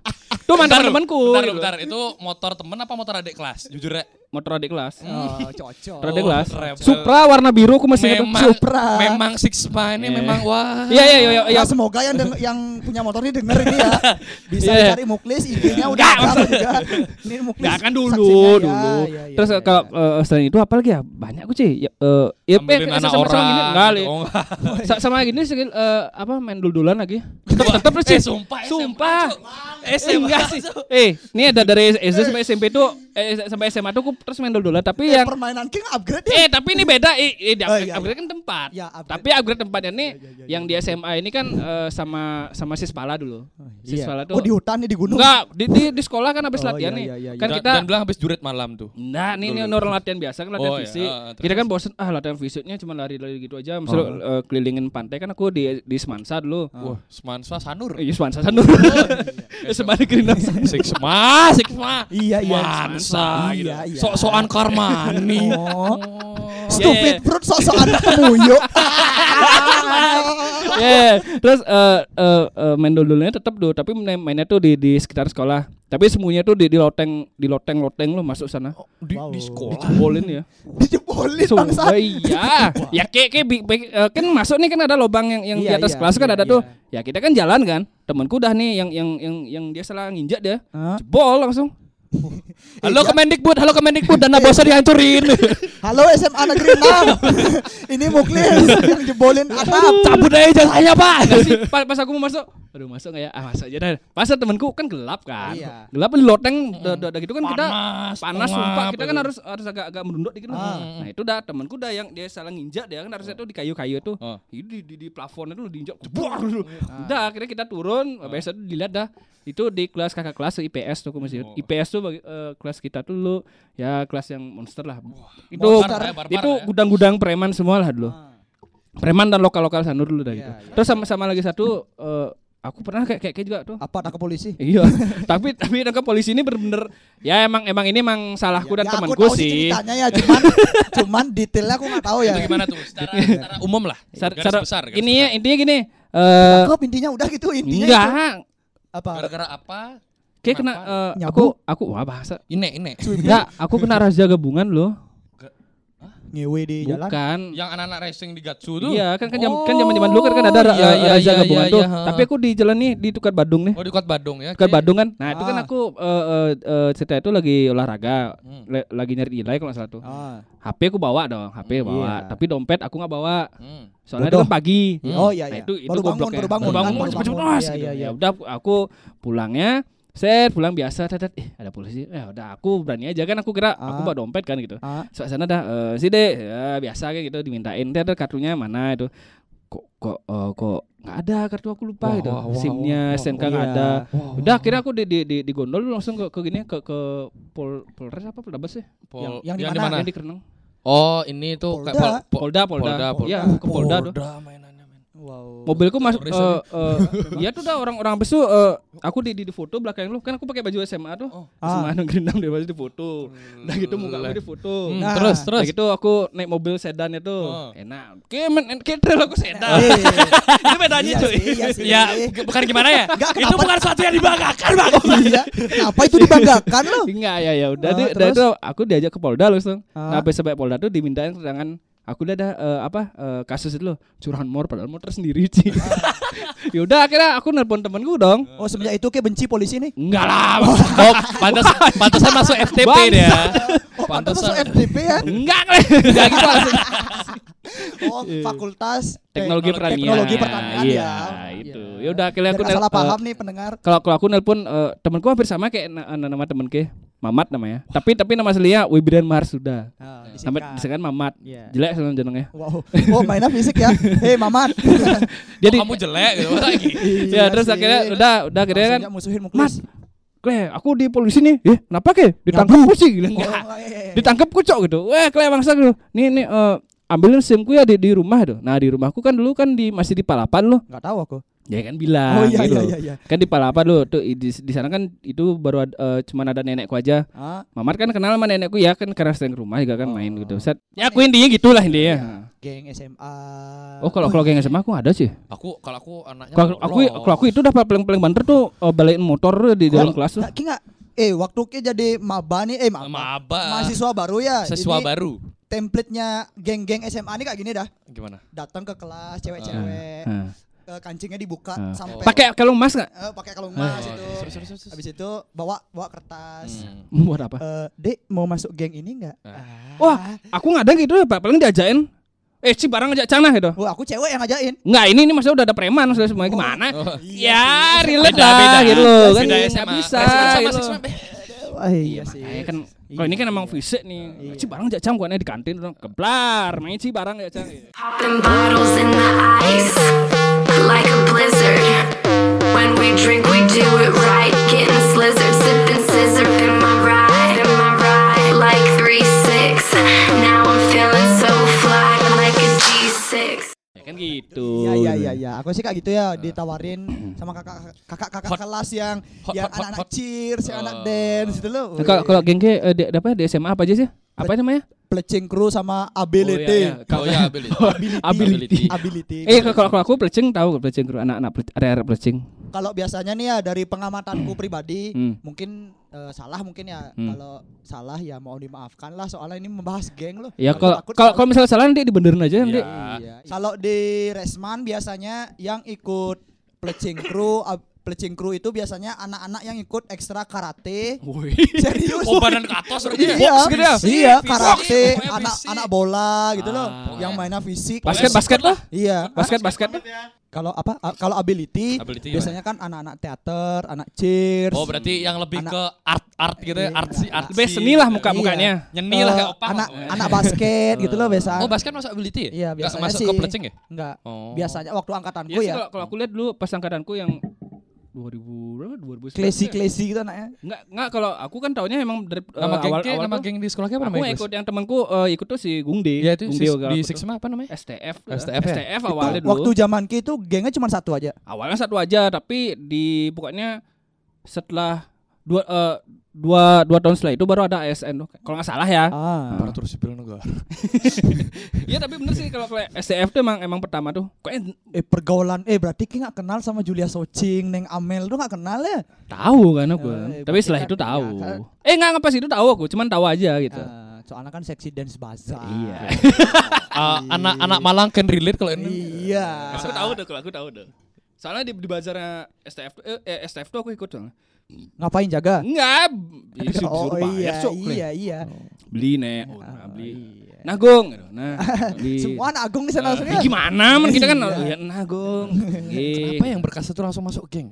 tuh mantan
Bentar,
temanku
Bentar,
gitu.
bentar. Itu motor temen apa motor adik kelas? Jujur ya.
motor adik kelas
Oh, cocok.
motor adik kelas
Oh, rebel.
Supra warna biru aku masih ingat
Memang
tuh.
Supra.
memang Sixma
Iya.
ini memang wah.
iya iya iya iya
Ya, semoga yang deng- yang punya motor ini denger ini
[laughs]
ya. Bisa
Iya.
dicari Muklis IG-nya udah ada juga. Ini Muklis.
Nggak kan dulu
saksinya. Ya,
dulu
ya, ya,
terus
ya,
kalau
ya.
eh, selain itu apa lagi ya banyak aku sih ya eh, ya, eh,
Ambilin anak
sama- sama
orang.
gini enggak
[laughs]
li.
Oh, enggak.
iya.
Sa- sama gini segil, eh, apa main dul-dulan lagi tetap tetap terus sih
Eh, sumpah, SMA,
sumpah
Eh,
Eh, enggak sih. Eh, ini ada dari SD sampai SMP tuh eh, sampai SMA tuh aku terus main dul-dulan tapi yang
Eh, permainan King upgrade ya.
Eh tapi ini beda, eh, eh, di
Oh,
upgrade,
iya,
upgrade kan tempat.
Iya, upgrade. Ya,
Tapi upgrade tempatnya nih yang di SMA ini kan eh, sama sama Sispala dulu. Sispala tuh
Oh, di hutan nih di gunung.
enggak di, di di sekolah kan habis
Oh,
latihan
iya,
nih.
iya, iya, iya.
Kan
Dan-
kita
dan bilang habis juret malam tuh.
Enggak, nih ini
Dulu.
orang latihan biasa kan latihan
Oh, iya,
fisik.
ah, terus. Oh.
kita kan bosen ah latihan fisik cuma lari-lari gitu aja. Misalnya eh, kelilingin pantai kan aku di di Semansa dulu.
Wah, Semansa Sanur.
Ah. Iya, Semansa kan
Oh,
dulu. [laughs] Eh, Semansa Gerindra.
Iya.
[laughs]
Sixma, Sixma.
Iya, iya.
Mansa
Iya,
gitu.
iya.
Sok-sokan
[laughs]
Karmani.
Oh.
Oh.
Iya,
Stupid fruit sok-sokan temuyuk.
Ya, terus eh eh, eh, main dodolnya tetap tuh, tapi main- mainnya tuh di di sekitar sekolah. Tapi semuanya tuh di di loteng, di loteng-loteng lo masuk sana.
Oh, Di,
Wow.
di sekolah.
Bolin ya.
[laughs] Dijebolin bangsa.
Sumpah, iya. Ya kayak kayak bi- bi- eh, kan masuk nih kan ada lubang yang yang di
Iya,
atas
iya,
kelas kan
iya,
ada tuh.
iya.
Ya kita kan jalan kan. Temanku dah nih yang yang yang yang dia salah nginjak dia.
Hah?
Jebol langsung. Halo Kemendikbud, halo Kemendikbud, dana bosnya [laughs] dihancurin.
Halo SMA Negeri
[laughs]
6 Ini Muklis yang jebolin atap
Cabut aja jasanya pak Nggak sih, pas, pas aku mau masuk Aduh masuk gak ya? Ah masuk aja dah Masa temanku kan gelap kan
Iya.
Gelap di loteng udah udah- udah gitu kan kita
Panas, gitu.
Panas
pengap,
sumpah Kita kan
aduh.
harus harus agak agak merunduk dikit lah.
Ah.
Nah itu dah temanku dah yang dia salah nginjak Dia kan harusnya tuh di kayu-kayu tuh
Oh.
Itu di, di, di plafonnya tuh diinjak Jebor dulu
Iya.
Udah akhirnya kita turun
Oh.
Biasa tuh dilihat dah itu di kelas kakak kelas IPS tuh aku masih ingat.
Oh.
IPS tuh bagi- eh, kelas kita tuh dulu ya kelas yang monster lah itu
Barbar ya, barbar
itu
ya.
gudang-gudang preman semua lah dulu preman dan lokal-lokal sanur dulu dah
Iya,
gitu. Terus sama-sama lagi satu eh, aku pernah kayak kayak kayak juga tuh.
Apa anak polisi?
Iya, [laughs] tapi tapi nangkep polisi ini bener-bener ya emang emang ini emang salahku dan
ya, aku
temanku
tahu sih
sih.
ceritanya ya
[laughs]
cuman cuman detailnya aku nggak tahu ya
Itu gimana tuh? Secara, secara umum lah.
Sar-
Garis
sar-
besar. garis
ini ya
besar.
intinya gini, eh
Kok intinya udah gitu intinya itu.
enggak
apa
Gara-gara apa?
Kayak kena
Kenapa?
eh, aku
Nyabu?
aku wah bahasa.
Ini ini
Enggak, aku kena razia gabungan loh.
ngewe di jalan.
Bukan.
yang anak-anak racing di Gatsu tuh.
Iya, kan kan jam- kan zaman-zaman dulu kan, kan ada
Oh,
ra-
iya, iya,
razia
iya,
gabungan
iya,
tuh.
iya, ha.
Tapi aku di jalan nih di Tukat Badung nih.
Oh di Kota Badung ya.
Tukat
Ki.
Badung kan. Nah, itu kan
Ah.
aku eh eh, eh, cerita itu lagi olahraga,
Hmm.
le- lagi nyari nilai kalau nggak salah tuh.
Ah.
HP aku bawa dong, HP bawa.
Iya.
Tapi dompet aku nggak bawa.
Hmm.
Soalnya
Bodoh.
itu kan pagi.
Hmm.
Oh iya
Nah,
iya.
itu itu
baru bangun,
gobloknya.
baru bangun.
Baru
kan,
bangun,
baru
cepet-cepet,
bangun.
"Ah,
Iya,
gitu."
iya, iya.
Ya udah aku- aku pulangnya set pulang biasa tet, tet. eh ada polisi ya udah aku berani aja kan aku kira aku
Ah.
bawa dompet kan gitu
Ah.
Soal sana dah eh, si deh ya, biasa kayak gitu dimintain tet tet, kartunya mana itu kok kok eh, kok nggak ada kartu aku lupa
Wah,
gitu
wah, wah,
simnya
wah, wah,
stnk
wah. iya.
nggak ada
Wah,
udah akhirnya aku di di di, di gondol langsung ke ke gini ke ke pol polres apa polres ya
Pol-
yang- yang di
yang di
mana?
mana?
yang di Kereneng
Oh, ini tuh kayak
Polda.
pol- pol-
polda polda,
Polda, Polda.
Iya, ke polda tuh
mainannya, men.
Wow.
[laughs] mobilku masuk
Teroris
eh eh, iya tuh dah orang-orang habis tuh eh, aku di, di di foto belakang lu kan aku pakai baju SMA tuh
Oh.
Ah.
SMA negeri enam dia masih di foto udah gitu muka aku di foto
Hmm,
Nah.
terus
Udah
terus.
gitu aku naik mobil sedan itu
Oh.
enak kayak men kayak trail aku sedan
Eh,
itu bedanya
[laughs] Iya
cuy
sih, iya sih.
ya g- bukan gimana ya
Enggak,
itu
kenapa?
bukan sesuatu yang dibanggakan bang
iya. Apa itu dibanggakan lo?
[laughs] enggak ya ya udah
Ah,
di- udah
terus?
itu aku diajak ke Polda langsung
Ah.
nah sampai sampai Polda tuh dimintain keterangan aku udah ada eh, apa eh, kasus itu loh curahan mor padahal motor sendiri sih [laughs] ya udah akhirnya aku nelpon temanku dong
Oh semenjak itu kayak benci polisi nih.
Enggak lah. [laughs] Oh, pantas [laughs] pantasan masuk FTP dia.
Oh, pantas masuk
Pantesan.
FTP
[laughs]
ya.
Enggak
[laughs]
lah. Enggak gitu langsung.
Oh, fakultas
Iya. Teknologi pertanian.
teknologi pertanian
Iya,
ya.
itu. Ya udah akhirnya
Biar
aku
nggak
nel-
salah
eh,
paham nih pendengar.
Kalau kalau aku nelpon eh, temanku hampir sama kayak na- na- nama temen ke Mamat namanya. Tapi tapi nama aslinya Wibrian Mahar sudah. Sampai disingkat Mamat.
Ah, Iya.
Jelek sama jenengnya.
Wow. Oh, mainnya fisik ya. Hei, Mamat.
[laughs]
Iya
Jadi [laughs]
Oh, kamu jelek gitu. Masa gini?
ya terus akhirnya udah udah akhirnya kan
Langsung musuhin
Mat,
muklis.
Kle, aku di polisi nih. Eh, kenapa ke? Ditangkap sih gila
Oh,
enggak.
iya, iya, iya.
ditangkap kucok gitu. Wah, kayak bangsa gitu. Nih nih eh, ambilin SIMku ya di, di rumah tuh. Nah, di rumahku kan dulu kan di masih di Palapan loh.
Enggak tahu aku.
Ya kan bilang
Oh iya
gitu.
iya iya iya.
Kan di Palapan loh tuh i- di, di sana kan itu baru ad- eh, cuman ada nenekku aja.
Ah,
Mamat kan kenal sama nenekku ya kan karena sering ke rumah juga kan main gitu. Set. Ya
Iya.
aku intinya gitulah intinya.
geng SMA.
Oh, kalau kalau geng SMA aku nggak ada sih.
Aku kalau aku
Ya,
anaknya
Kalau aku
bolos.
kalau aku itu udah paling-paling banter tuh eh, balikin motor tuh di dalam kelas tuh.
Nggak, Ki nggak? Eh, waktu Ki jadi maba nih, eh maba.
Maba.
Mahasiswa baru ya.
siswa
Jadi
baru.
Template-nya geng-geng SMA nih kayak gini dah.
Gimana?
Datang ke kelas cewek-cewek,
Nah.
eh, kancingnya dibuka
Ah.
sampai
Pakai kalung emas nggak? [laughs]
eh, pakai kalung emas itu.
Oh, terus, terus, terus, terus.
Habis itu bawa bawa kertas.
Hmm.
Buat apa?
Eh, Dek mau masuk geng ini enggak?
Ah.
Wah, aku nggak ada gitu ya, Pak. Paling diajain. Eh, si barang ajak cana gitu.
Wah, aku cewek yang ngajain.
Nggak, ini ini maksudnya udah ada preman sudah semua gimana? ya, relate
Beda,
lah
beda.
gitu loh. Kan
Beda
nggak
SMA.
bisa.
Respon sama
gitu.
siswa,
Wah, iya,
Makanya kan kalau ini kan emang fisik nih. Si barang ajak cang gua nih di kantin dong. Keblar, main si barang ajak cang. gitu.
Popping bottles in the ice like a blizzard. When we drink, we do it right. Getting slizzard, sipping scissor in my ride, in my ride. Like 3 6. Now I'm feeling so fly like a G6.
Ya kan gitu.
Iya iya iya iya. Aku sih kayak gitu ya ditawarin sama kakak kakak kakak
Ah. Hot-
kelas yang
hot-
yang
hot- hot-
anak-anak
hot.
cheers, yang anak
Eh.
dance itu loh.
Nah, Kalau kalau geng ke eh, di, apa di SMA apa aja sih? Apa namanya?
Plecing crew sama
Oh, iya,
ability.
iya.
Oh ya, ability.
Ability.
Ability.
Eh kalau kalau- kalau aku plecing tahu plecing guru anak-anak ple- area-area plecing.
Kalau biasanya nih ya dari pengamatanku pribadi
Hmm.
mungkin eh, salah mungkin ya
Hmm.
kalau salah ya mau dimaafkan lah soalnya ini membahas geng loh.
Ya
Aku
kalau
takut
kalau
salah.
kalau misalnya salah nanti dibenerin aja nanti.
Iya.
Iya. Kalau di Resman biasanya yang ikut plecing crew ab- plecing crew itu biasanya anak-anak yang ikut ekstra karate. Serius.
Oh, badan ke atas lagi.
Iya,
Box gitu ya.
iya,
Fisik,
karate,
pokoknya
anak
fisik.
anak bola gitu loh,
Ah.
yang mainnya fisik.
Basket basket lah.
Iya.
Basket basket.
Kalau apa? a- Kalau ability,
Ability
biasanya kan anak-anak teater, anak cheers.
Oh, berarti yang lebih
Anak-
ke art art gitu ya, artsy artsy.
Iya, Lebih seni lah muka-mukanya.
Iya.
Nyeni lah
Eh,
kayak opang.
Anak anak basket gitu loh biasa.
Oh, basket masuk ability ya?
Iya,
Nggak
biasanya
masuk
sih.
ke plecing ya?
Enggak.
Oh.
Biasanya waktu
Iya
angkatanku
sih
ya.
kalau kalau aku lihat dulu pas angkatanku yang 2000 berapa 2000
Klesi-klesi gitu anaknya.
Enggak enggak kalau aku kan tahunnya emang dari eh,
Nama geng
awal
ke-
awal
nama
tuh,
geng di sekolahnya apa
aku
namanya?
ikut yang temanku eh, ikut tuh si Gungde.
Iya itu
Gungde
sis-
juga
di
aku tuh.
Sixma apa namanya?
STF
STF ya?
STF awalnya dulu.
Nah, Waktu zaman ki itu gengnya cuma satu aja.
Awalnya satu aja tapi di pokoknya setelah dua eh, dua dua tahun setelah itu baru ada ASN tuh. Kalau nggak salah ya.
Ah.
aparatur sipil negara.
Iya tapi bener sih kalau kayak SDF tuh emang emang pertama tuh. Kok
Eh pergaulan eh berarti ki nggak kenal sama Julia Socing, Neng Amel tuh nggak kenal ya?
tahu kan aku.
Eh,
tapi setelah
berarti
itu
kan-
tahu.
ya, kan-
eh nggak nggak pas itu tahu aku, cuman tahu aja gitu.
Ah, soalnya kan seksi dance bazaar.
Iya.
Ah,
Anak-anak Malang can relate kalau ini.
iya.
Aku tahu deh, kalau aku tahu deh. Soalnya di, di bazarnya STF eh, eh, STF tuh aku ikut soalnya.
Ngapain jaga?
Enggak, ya, suruh,
Oh
suruh bayar,
iya,
Cok,
iya, iya.
Beli nek, oh, nah, beli. Nah, Gong, gitu.
[laughs]
nah, beli.
Semua Iya. anak agung di sana
Eh,
serius.
gimana man kita kan ya, nah
[laughs]
Gong. Iya. Geng.
Apa yang berkas itu langsung masuk geng?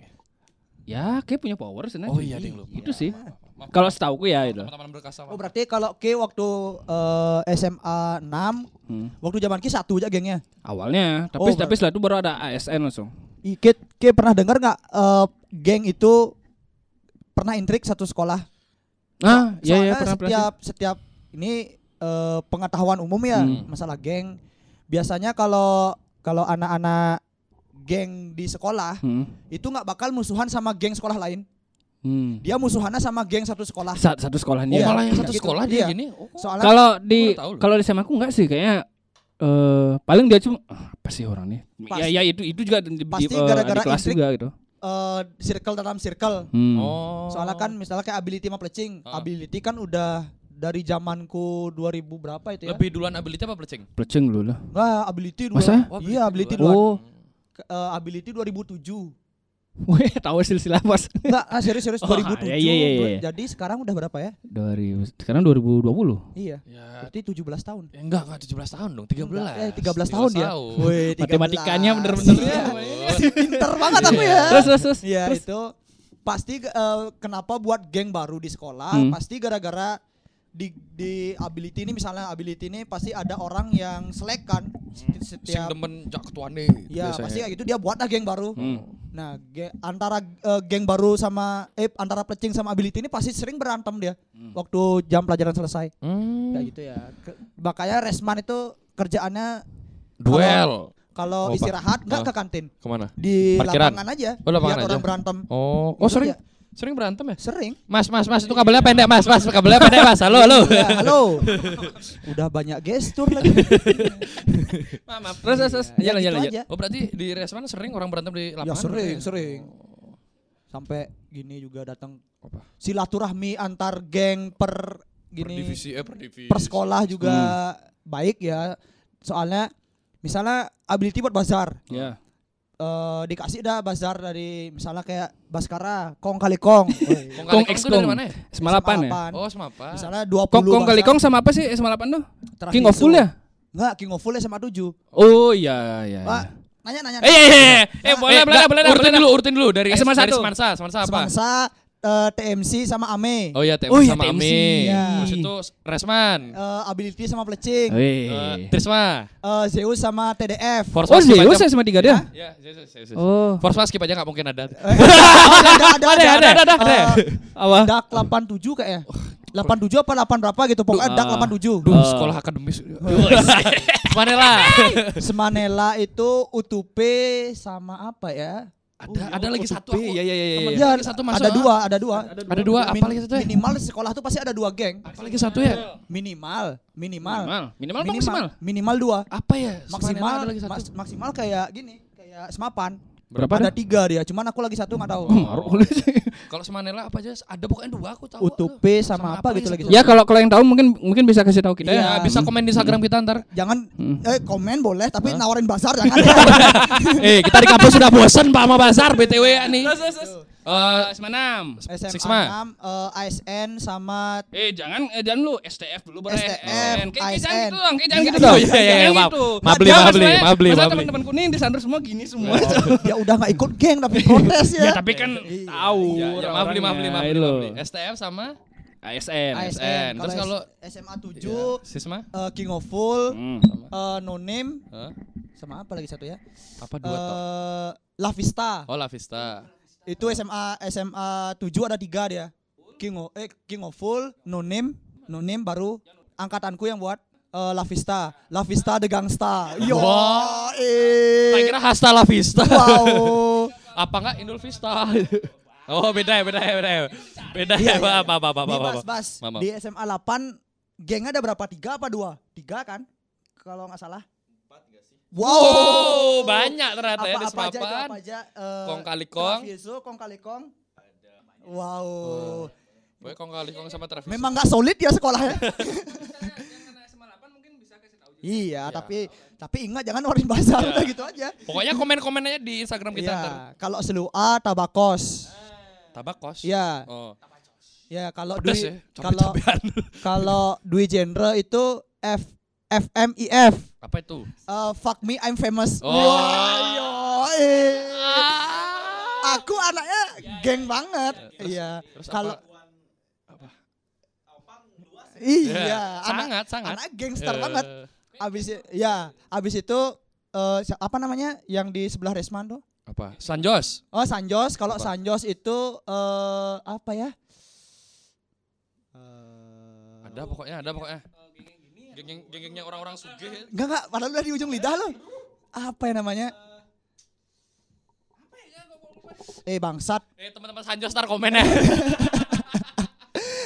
Ya, kayak punya power sebenarnya.
Oh iya, ding, lupa.
Itu sih.
Iya.
Kalau setauku ya itu.
Teman-teman berkas
Oh
sama.
berarti kalau Ki waktu eh, SMA 6
Hmm.
waktu zaman Ki satu aja gengnya.
Awalnya, tapi
Oh,
tapi setelah itu baru ada ASN langsung.
I- Ki, Ki pernah dengar nggak eh, geng itu pernah intrik satu sekolah?
Ah,
Soalnya
iya iya pernah pernah sih.
setiap setiap ini eh, pengetahuan umum ya
Hmm.
masalah geng. Biasanya kalau kalau anak-anak geng di sekolah
Hmm.
itu nggak bakal musuhan sama geng sekolah lain.
Hmm.
Dia musuhannya sama geng satu sekolah.
Sa- Satu ya. sekolahan
Oh
dia.
Iya.
malah yang satu
Gitu.
sekolah
Iya.
dia gini. Oh,
Soalnya
Kalau di
Baru tahu loh.
kalau di SMA aku enggak sih kayaknya eh paling dia cuma "Ah, apa sih orang nih?
Pas-
ya ya itu itu juga di, di-
pasti
eh, di
gara-gara
kelas
intrik.
juga gitu.
eh, circle dalam circle.
Hmm.
Oh.
Soalnya kan misalnya kayak ability sama plecing.
Ah.
Ability kan udah dari zamanku 2000 berapa itu ya?
lebih duluan ability apa plecing?
Pleceng dulu lah. [laughs]
Wah, ability dulu.
Masa?
Oh,
Iya,
ability
ability duluan.
Oh,
Ke- eh, ability 2007.
weh tahu silsilah pas.
Enggak, ah, serius serius
[laughs] Oh,
2007.
iya, iya, iya, iya.
Jadi sekarang udah berapa ya?
Dari sekarang 2020.
Iya.
Ya,
Berarti 17 tahun.
eh, enggak enggak 17 tahun dong, 13.
Eh, 13 tahun dia. Woi, 13.
Matematikanya bener-bener
Iya,
ya.
[laughs] Pinter banget aku ya.
Iya, Terus terus terus.
Iya,
Terus.
itu pasti eh, kenapa buat geng baru di sekolah?
Hmm.
Pasti gara-gara di di ability ini misalnya ability ini pasti ada orang yang selek kan
Sing
setiap
demen jak ketuane.
Ya
biasanya.
pasti kayak gitu dia buat lah geng baru.
Hmm.
Nah ge- antara eh, geng baru sama eh antara plecing sama ability ini pasti sering berantem dia waktu jam pelajaran selesai.
Hmm.
Kayak gitu ya. Ke- makanya Resman itu kerjaannya
Duel.
kalau
Oh, Pak.
istirahat nggak
Ah.
ke kantin
Kemana?
di
Parkiran.
lapangan aja.
Oh, lapangan
lihat
aja.
orang berantem
Oh, oh
Itu
sering
dia.
sering berantem ya?
sering.
Mas, mas, mas, itu kabelnya pendek, mas, mas, kabelnya pendek, mas. Halo, halo.
Ya,
[laughs]
halo. Udah banyak gestur lagi.
Maaf. Terus terus Iya, terus.
Ya,
Jalan
gitu
jalan
aja.
jalan.
Oh, berarti di
kan
Resman sering orang berantem di
ya
lapangan?
sering,
Iya.
berarti?
sering. Sampai gini juga datang
Apa?
silaturahmi antar geng per
Per
gini
divisi, eh, per divisi.
per sekolah juga
Hmm.
baik ya. Soalnya misalnya ability buat bazar.
Ya.
Eh, dikasih dah bazar dari misalnya kayak Baskara, Kong
[laughs]
kali
Oh,
Kong. Woi,
Kong
Kong
kali
X
itu dari
Kong.
mana ya?
Semalapan ya.
Semalapan.
Oh, semapa.
Misalnya 20
Kong Kong
bazar,
kali Kong sama apa sih semalapan tuh?
terakhir
King of
itu.
Full ya?
Enggak, King of Full sama 7.
Oh iya iya.
Pak, nanya-nanya.
Eh, iya, iya, iya. eh boleh boleh
Eh, enggak,
boleh boleh,
Urutin
boleh.
dulu, urutin dulu
Eh,
dari
SMA
dari
satu.
Semansa, Semansa apa?
Semangsa, eh, TMC sama Ame.
Oh iya, TMC
Oh, iya,
sama
TMC.
Ami.
Iya.
Terus itu Resman.
Eh, ability
Oh,
sama
iya,
Plecing.
Eh,
Wih.
Trisma.
Eh, Zeus sama TDF.
Force
Oh,
Mas skip
Zeus
aja.
ya sama tiga dia.
Ya, Zeus, Zeus, Zeus.
Oh.
Force Mas skip aja nggak mungkin
Eh,
ada. [laughs]
[laughs]
[laughs]
ada, ada, ada,
Ada, ada, ada,
[laughs]
ada.
Eh,
Apa?
Dak 87 kayaknya. 87 apa 8 berapa gitu
Duh,
pokoknya Dak
ah.
87.
Duh, sekolah akademis. Mana lah?
Semanela itu Utupe sama apa ya?
Ada ada lagi satu aku.
Iya iya iya iya.
temen-
iya.
Ya,
Ya,
lagi satu masuk,
ada
ah.
dua, ada dua.
Ada dua, apa lagi satu ya?
Minimal sekolah tuh pasti ada dua geng.
Apa lagi satu ya?
Minimal, minimal.
Minimal. Minimal apa
Minimal,
maksimal?
minimal dua.
Apa ya?
Maksimal
Ada lagi
mas-
satu.
maksimal kayak gini, kayak semapan.
Berapa dah?
ada tiga dia, cuman aku lagi satu nggak tahu.
Hmm.
Oh, maruk lu sih.
[laughs] Kalau Semanela apa aja? Ada bukan dua aku tahu.
Utupe sama, apa gitu lagi.
Ya kalau kalau yang tahu mungkin mungkin bisa kasih tahu kita ya.
Ya, bisa komen di Instagram kita ntar.
Jangan
Hmm.
eh komen boleh tapi nawarin bazar
[laughs]
jangan.
eh, kita di kampus sudah bosen Pak sama bazar BTW ya nih.
Terus terus terus.
Eh,
Eh, 96.
SMA
Sixma.
6, eh, ASN sama
Eh jangan eh, jangan lu STF dulu bare.
STF,
ASN. Kayak kayak jangan
ASN.
gitu dong, kayak jangan gitu
Iya,
dong.
iya, iya, iya,
Jangan
maaf.
gitu.
Maaf beli,
Jangan,
maaf beli,
masalahnya-
maaf beli,
masalah
maaf Iya. beli.
teman-temanku nih yang disandar semua gini semua.
[laughs]
ya udah nggak ikut geng tapi protes
Iya,
ya.
Ya tapi kan tahu.
ya, ya, maaf beli, maaf beli, maaf beli,
orangnya,
maaf beli.
lo.
STF sama
ASN.
ASN. Terus kalau
SMA 7
Sisma?
eh, King of Full,
Hmm.
eh, No Name
Hah?
sama apa lagi satu ya?
Apa dua toh?
Eh La Vista.
Oh, La Vista.
Itu SMA SMA 7 ada tiga dia. King of eh, King of Full, No Name, No Name baru angkatanku yang buat eh, La Vista, La Vista The Gangsta. Yo,
Saya
eh.
kira Hasta La Vista.
Wow.
[laughs] Apa enggak Indul Vista? Oh beda ya, beda ya, beda ya. Beda ya, apa, apa, apa,
Iya,
apa,
Nih,
apa,
Bas,
apa.
Bas.
Maaf, maaf.
Di SMA 8 geng ada berapa? Tiga apa dua? Tiga kan? Kalau nggak salah. Empat nggak sih? Wow.
Oh, banyak ternyata ya di
Apa-apa aja, itu
Sepapan.
apa aja. eh,
Kong kali kong.
Travis Hill, kong kali kong. Wow. Oh,
Gue kong kali kong sama Travis.
Memang nggak solid ya sekolahnya. [laughs] Iya,
Iya.
tapi tapi ingat jangan ngeluarin bahasa udah gitu aja.
Pokoknya komen-komen aja di Instagram kita ntar.
Iya, kalau selua tabakos.
Tabakos.
Iya,
Oh.
ya kalau
Pedas
Dwi
ya.
kalau
Cabe-cabean.
kalau Dwi Genre itu F FMIF.
[laughs] Apa itu?
Eh, fuck me I'm famous.
Oh. Ah.
Wah, yo, eh. Aku anaknya geng banget. Iya.
Terus
Kalau
apa? Ya,
iya, anak
sangat, sangat.
anak gangster
Eh,
banget. Abis i- ya, abis itu eh, si- apa namanya yang di sebelah Resman tuh?
Apa? Sanjos.
Oh Sanjos, kalau
Apa?
Sanjos itu eh apa ya?
Ada pokoknya, ada pokoknya.
ya.
Geng-geng- Geng-gengnya orang-orang sugih. ya.
Enggak enggak, padahal udah di ujung lidah loh. Apa ya namanya? Eh bangsat,
Eh teman-teman Sanjos ntar komen ya.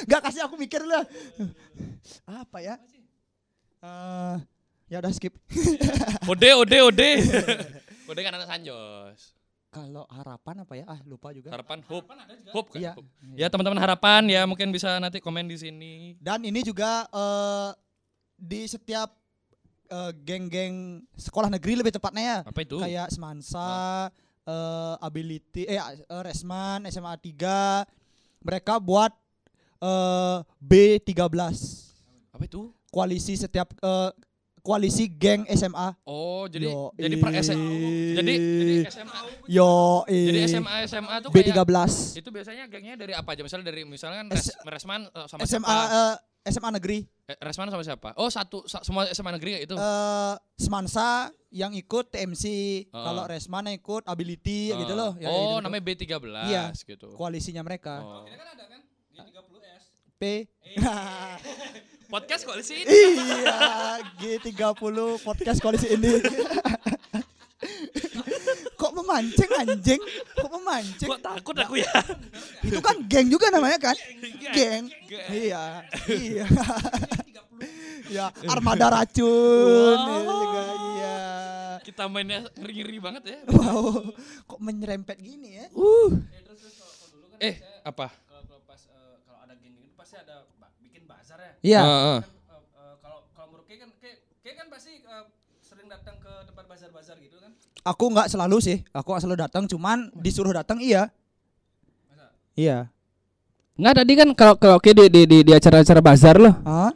enggak kasih aku mikir lah. Apa ya? Eh ya udah skip. [laughs]
Ode, ode, [laughs] ode. Ode kan anak Sanjos.
Kalau harapan apa ya? Ah lupa juga.
Harapan hope. Hope kan?
Iya.
Hope. Ya teman-teman harapan ya mungkin bisa nanti komen di sini.
Dan ini juga eh, di setiap eh, geng-geng sekolah negeri lebih tepatnya ya.
Apa itu?
Kayak Semansa, eh, Ability, eh eh, Resman, SMA 3. Mereka buat eh, B13.
Apa itu?
Koalisi setiap eh, koalisi geng SMA.
Oh, jadi
Yo,
jadi per
ih.
SMA. Jadi jadi SMA.
Yo,
Jadi
eh,
SMA SMA tuh kayak
B13.
itu biasanya gengnya dari apa aja? Misalnya dari misalnya kan
S-
res, Resman eh, sama
SMA
siapa?
eh, SMA negeri.
Eh, Resman sama siapa? Oh, satu sa- semua SMA negeri kayak gitu. itu.
eh Semansa yang ikut TMC,
Heeh.
kalau Resman yang ikut Ability gitu loh. Ya,
oh,
gitu-gitu.
namanya B13
Iya.
gitu.
koalisinya mereka.
Oh.
P. [laughs]
Podcast koalisi ini.
iya, G30 podcast koalisi
[laughs]
ini. Kok memancing anjing? Kok memancing?
Kok takut aku ya?
[laughs] Itu kan geng juga namanya kan? Geng.
Geng.
Iya. Iya. [laughs] Ya, armada racun itu juga iya.
Kita mainnya ngeri-ngeri banget ya.
Wow, kok menyerempet gini ya?
Eh, apa?
kan kalau pas eh, kalau ada geng-geng itu pasti ada ba- bikin bazar ya.
Iya.
Eh,
Heeh.
eh, Kalau kalau menurut Kay kan Kay, Kay kan pasti eh, sering datang ke tempat bazar-bazar gitu kan.
aku nggak selalu sih aku nggak selalu datang cuman disuruh datang iya iya
Enggak tadi kan kalau kalau oke di di di, di acara-acara bazar loh.
ah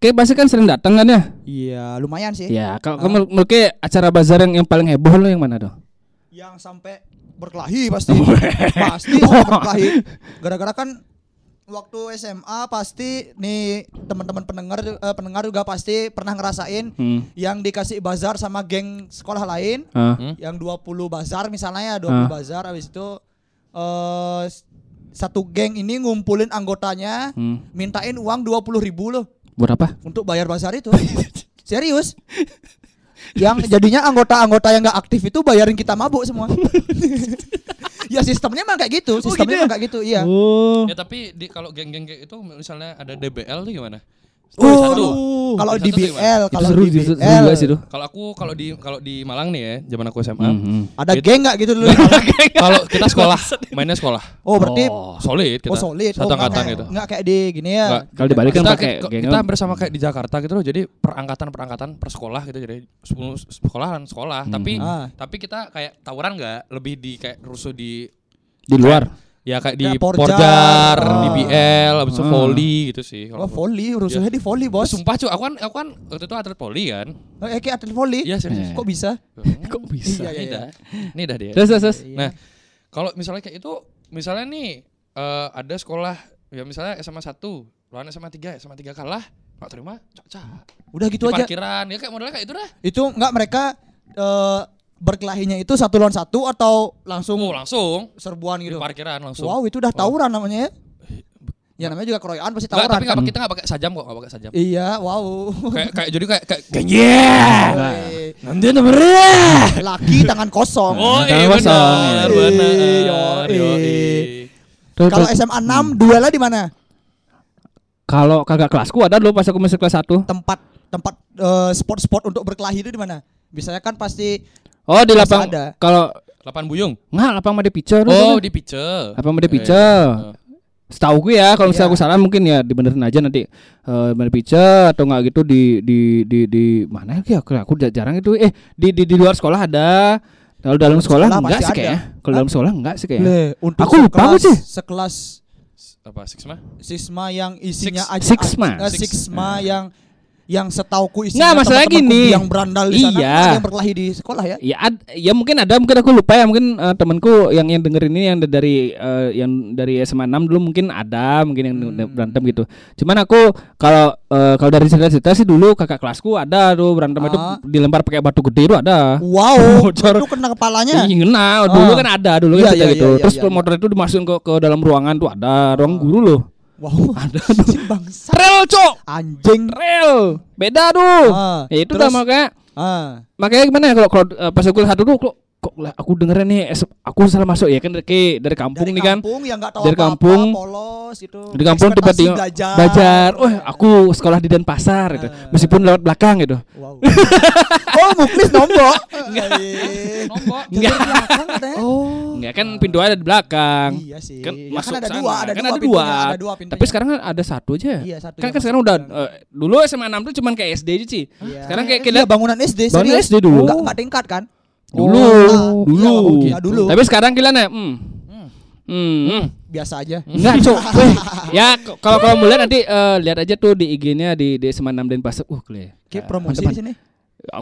Oke pasti kan sering datang kan ya?
iya lumayan sih
Ya, kalau
Ah.
kamu menurut Kay, acara bazar yang yang paling heboh lo yang mana tuh?
yang sampai berkelahi [laughs] pasti pasti sampai berkelahi gara-gara kan waktu SMA pasti nih teman-teman pendengar eh, pendengar juga pasti pernah ngerasain
Hmm.
yang dikasih bazar sama geng sekolah lain
Ah.
Hmm?
yang 20 bazar misalnya ya 20
Ah.
bazar habis itu eh s- satu geng ini ngumpulin anggotanya
Hmm.
mintain uang 20.000 ribu loh
Buat apa?
untuk bayar bazar
[laughs]
itu. Serius? Yang jadinya anggota-anggota yang nggak aktif itu bayarin kita mabuk semua.
[laughs]
ya sistemnya emang kayak gitu, sistemnya
ya?
emang kayak gitu, iya.
Oh.
Ya tapi di kalau geng-geng kayak itu misalnya ada DBL tuh gimana?
Oh,
Satu.
Kalau
Satu
di
tuh gimana?
BL,
Itu
kalau
seru
di
itu seru
BL
juga sih tuh.
Kalau aku kalau di kalau di Malang nih ya, zaman aku SMA. [laughs]
Hmm.
ada geng nggak
[laughs]
gitu dulu?
Kalau kita sekolah, mainnya sekolah.
Oh berarti
Oh.
Solid kita.
oh solid,
Satu
oh, nggak
angkatan
kayak-
gitu.
nggak kayak di gini ya.
Nggak.
Kalau dibalik kan
kita,
pakai
kita,
geng
kita
kan?
hampir sama kayak di Jakarta gitu loh. Jadi perangkatan-perangkatan per sekolah gitu jadi 10 sekolahan sekolah,
Mhm.
tapi
Ah.
tapi kita kayak tawuran nggak lebih di kayak rusuh di
Di luar.
ya kayak di
Kayak
Porjar,
Porjar,
di
ah.
BL, habis itu volley gitu sih.
Oh
kalau
volley, rusuhnya
Iya.
di volley
Oh,
bos.
sumpah cuy, aku kan aku kan waktu itu atlet poli kan.
[laughs]
Oh, eh, kayak atlet volley.
Iya serius.
Eh.
Kok bisa?
Kok bisa?
Iya,
Ini
iya.
dah. Ini dah dia.
Terus terus. terus.
Nah, kalau misalnya kayak itu, misalnya nih eh, ada sekolah ya misalnya SMA 1 lawan SMA 3, SMA 3 kalah, nggak terima, cocok.
Udah
Di
gitu aja.
parkiran, ya kayak modelnya kayak itu dah.
Itu nggak mereka eh, berkelahinya itu satu lawan satu atau langsung
Oh, langsung
serbuan
di
gitu.
parkiran langsung. Eh,
Wow, itu udah tawuran namanya ya. Ya namanya juga keroyokan pasti
Nggak,
tawuran.
tapi nggak
kan?
kita nggak pakai sajam kok, nggak pakai sajam.
Iya, wow. [laughs]
kayak kayak jadi kayak kayak
Iya.
genjer.
Woi,
Nanti nomornya.
Laki tangan kosong.
Oh,
tangan
iya
kosong.
benar,
Iya,
benar.
yoi.
Yoi.
Terus-
Kalau
terus-
SMA 6 duelnya di mana?
Kalau kagak kelasku ada dulu pas aku masih kelas 1.
Tempat tempat eh, spot-spot untuk berkelahi itu di mana? Biasanya kan pasti
Oh, di
Masih
lapang.
ada.
Kalau
Lapan buyung.
nggak lapang Made Picture dulu
Oh,
kan.
di Pice.
Lapang Made
Iya,
Picture.
iya.
Setahu gue ya, kalau misalnya
Iya.
aku salah mungkin ya dibenerin aja nanti eh Made Picture atau nggak gitu di di di di mana ya? Aku, aku ja- jarang itu. Eh, di di, di luar sekolah ada. Kalau dalam sekolah,
sekolah
enggak
pasti
sih kayaknya. Kalau
Hah?
dalam sekolah enggak sih kayaknya.
Le, untuk
Iya. Aku lupa aku
sekelas-
sih.
Sekelas
Apa Six mah?
sisma yang isinya
Six-
aja
sixma.
eh, sixma yang yang setauku
Nggak,
isinya
masalah
teman-temanku
gini.
yang berandal di sana
Iya.
nggak yang berkelahi di sekolah ya.
Ya, ad- ya mungkin ada, mungkin aku lupa ya, mungkin eh, temanku yang yang denger ini yang da- dari eh, yang dari SMA 6 dulu mungkin ada, mungkin yang
Hmm.
berantem gitu. Cuman aku kalau eh, kalau dari cerita-cerita sih dulu kakak kelasku ada tuh berantem itu
Ah.
dilempar pakai batu gede itu ada.
Wow,
[laughs] Bocor.
itu kena kepalanya.
Iya, nah, dulu
Ah.
kan ada, dulu kan
Iya,
cerita
iya,
gitu.
iya, iya,
Terus
iya. Ah.
motor itu dimasukin ke ke dalam ruangan tuh ada, ruang guru loh. [laughs]
Wow, ada bangsa
Rel, Cok.
anjing.
Rel. Beda tuh.
Ah,
Ya itu dah
terus-
makanya
Ah,
makanya gimana ya kalau kalau eh, pas aku lihat dulu kok kok lah, aku dengerin nih es- aku salah masuk ya kan dari dari kampung
dari
nih kan
kampung yang nggak tahu
Dari
apa-apa,
kampung.
polos gitu.
dari kampung
Ekspektasi
tiba-tiba
belajar. Eh.
belajar wah aku sekolah di Denpasar gitu meskipun lewat belakang gitu
Wow. [laughs] oh, muklis nombok. Eh,
Nombok.
jalur belakang katanya. Oh.
enggak kan pintu ada di belakang
Iya sih.
kan
Ya
masuk
kan ada
sana.
dua, ada
kan
dua
ada dua,
pintunya, ada dua pintunya.
tapi sekarang kan ada satu aja
Iya, satu
kan, kan
yang masuk
sekarang udah
belakang.
eh, dulu SMA 6 tuh cuman kayak SD aja sih
Iya.
sekarang kayak kita
Iya, bangunan SD
Bangunan
serius.
SD dulu.
Enggak enggak tingkat kan?
dulu
Oh,
dulu,
iya, oh, gitu. dulu.
tapi sekarang kita nih hmm. Hmm. hmm.
Biasa aja.
Enggak, [laughs] Cuk. Weh, ya k- kalau kalau mau lihat nanti eh, lihat aja tuh di IG-nya di di SMA 6 Denpasar. Uh, kle.
Kayak promosi
depan.
di sini.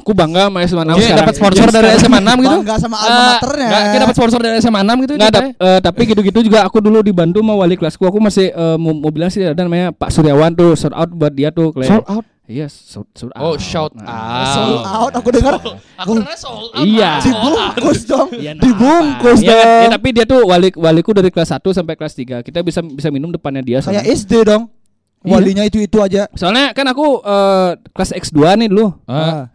Aku bangga sama SMA 6
Oke,
sekarang. Eh,
dapat sponsor dari SMA 6 gitu.
Bangga sama alma maternya.
Enggak, kita dapat sponsor dari SMA 6 gitu.
Nggak,
dia,
tap- eh, tapi gitu-gitu juga aku dulu dibantu sama wali kelasku. Aku masih eh, mau, mau bilang sih ada namanya Pak Suryawan tuh shout out buat dia tuh, kle.
Shout out?
Iya, shout, shout out. Nah,
Oh, shout
Sold Ah,
out.
nah. out aku dengar.
Aku kira sold out.
Iya.
Dibungkus dong.
Iya, nah,
Dibungkus
Iya, kan? Ya,
dong.
tapi dia tuh wali waliku dari kelas 1 sampai kelas 3. Kita bisa bisa minum depannya dia.
Kayak
soalnya.
SD dong.
Iya.
Walinya itu-itu aja.
Soalnya kan aku eh, kelas X2 nih dulu.
Ah,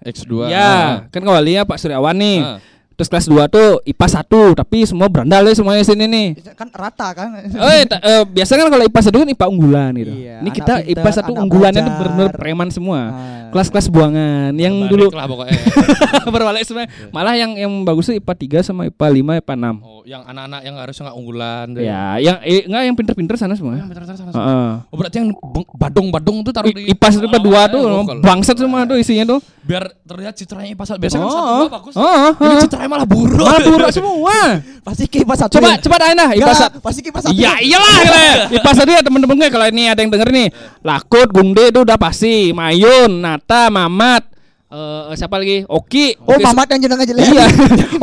Iya.
X2.
Ya, kan kawalinya Pak Suryawan nih.
Ah.
Terus kelas 2 tuh IPA 1, tapi semua berandal ya semuanya sini
[laughs]
nih.
Kan rata kan.
Eh, ta- eh, biasa kan kalau IPA 1 kan IPA unggulan gitu.
Iya,
Ini
anak
kita
pinter,
IPA 1
anak
unggulannya tuh
belajar.
bener-bener preman semua.
Ah.
Kelas-kelas buangan yang
Balik
dulu [laughs]
lah pokoknya. [laughs]
berbalik [laughs] semua. Malah yang yang bagus tuh IPA 3 sama IPA 5, IPA 6.
Oh, yang anak-anak yang harusnya nggak unggulan. Ah,
Ya, yang eh, enggak yang pinter-pinter sana semua. Heeh.
Oh, berarti yang beng- badung-badung tuh taruh di
I- IPA 1 IPA 2 tuh
Oh,
emang
kalau-
bangsat semua tuh isinya tuh.
biar terlihat citranya IPA satu. Biasanya kan
Oh,
satu dua bagus.
oh,
Ini
oh.
citranya malah buruk.
Malah buruk semua.
Pasti kipas satu.
Coba coba dain dah IPA 1.
Nggak, pasti kipas satu. ya.
Iya iyalah
[laughs]
kalian. Ipas tadi ya temen-temen gue kalau ini ada yang denger nih. Lakut, Gungde itu udah pasti. Mayun, Nata, Mamat. eh, siapa lagi? Oki.
Oh,
Oki-
mamat yang jenengnya jelek.
[laughs]
[laughs] Kan
Iya.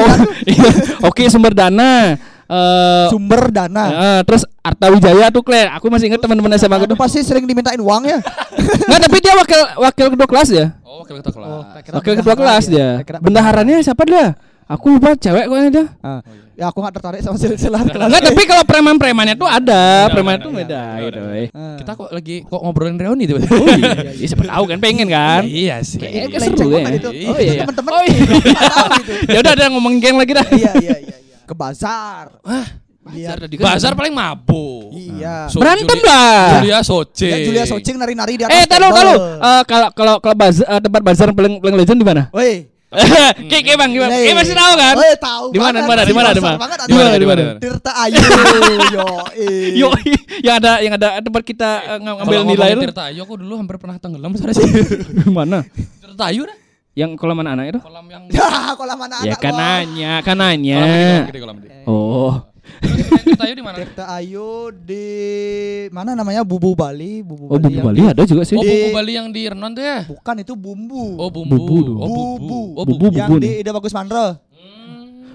Oh, iya. Oki sumber dana. Eh,
Sumber dana.
eh, terus Arta Wijaya tuh kalian. Aku masih inget teman-teman SMA gue
Itu
tuh.
pasti sering dimintain uang ya. [laughs]
Nggak, tapi dia wakil wakil ketua kelas ya.
[laughs] Oh, kita kita kelas.
Wakil ketua kelas
ya?
dia. Bendaharannya siapa dia? Aku lupa cewek kok dia.
Ah, ya aku nggak tertarik sama [laughs] silsilah kelas.
Enggak, tapi kalau preman-premannya tuh
Iya,
ada, preman tuh beda gitu. eh.
Ah.
Kita kok lagi kok ngobrolin reuni tiba [laughs]
Iya, siapa tahu kan pengen kan?
Iya sih.
Kayaknya
Iya.
kayak seru
Lenceng
ya.
banget
Oh
itu. Oh,
iya,
itu
iya.
teman-teman
Oh, iya.
nggak tahu
[laughs]
itu.
ya udah ada ngomong geng lagi dah.
Iya iya iya. iya. Ke bazar. Iya.
kan?
Bazar paling mabuk.
Ah.
Iya.
So-
[laughs] Berantem
Juli-
lah.
Julia Soce.
Iya,
Ya Julia Socing nari-nari di atas.
Eh, tahu
table.
kalau kalau kalau kalau bazar eh, tempat bazar paling paling legend di mana?
Woi. Hmm.
[laughs] Kayak kayak Bang gimana? Eh
Nih.
masih tahu kan?
Woi, iya. Oh, tahu.
Di mana, di mana,
banget.
di mana,
Ih,
di mana?
besar banget Iya,
Di mana,
ada.
di mana?
Tirta Ayu. Yo. eh.
[laughs] Yo, yang ada yang ada tempat kita eh, ng-
Kalau
ngambil
ngomongin
nilai itu
Tirta Ayu aku dulu hampir pernah tenggelam [laughs] sebenarnya sih.
[laughs] mana?
Tirta Ayu dah.
Yang kolam mana anak itu?
Kolam yang
[laughs] Ya, kolam mana
Ya
anak
kan
gua.
nanya, kan
kolam gede, kolam
nanya.
gitu.
gede, kolam gede.
Oh.
Terus yang Tirta Ayu gitu di
[laughs]
mana?
Tirta Ayu di mana namanya Bubu Bali, Bubu
Oh, Bumbu
yang-
Bali ada juga sih.
Oh,
Di-
bumbu Bali yang di Renon tuh ya.
Bukan itu bumbu.
Oh, bumbu.
Bubu dong.
Oh,
Bubu.
bubu. Oh,
Bubu.
bubu.
yang
bubun.
di Ide Bagus Mandro.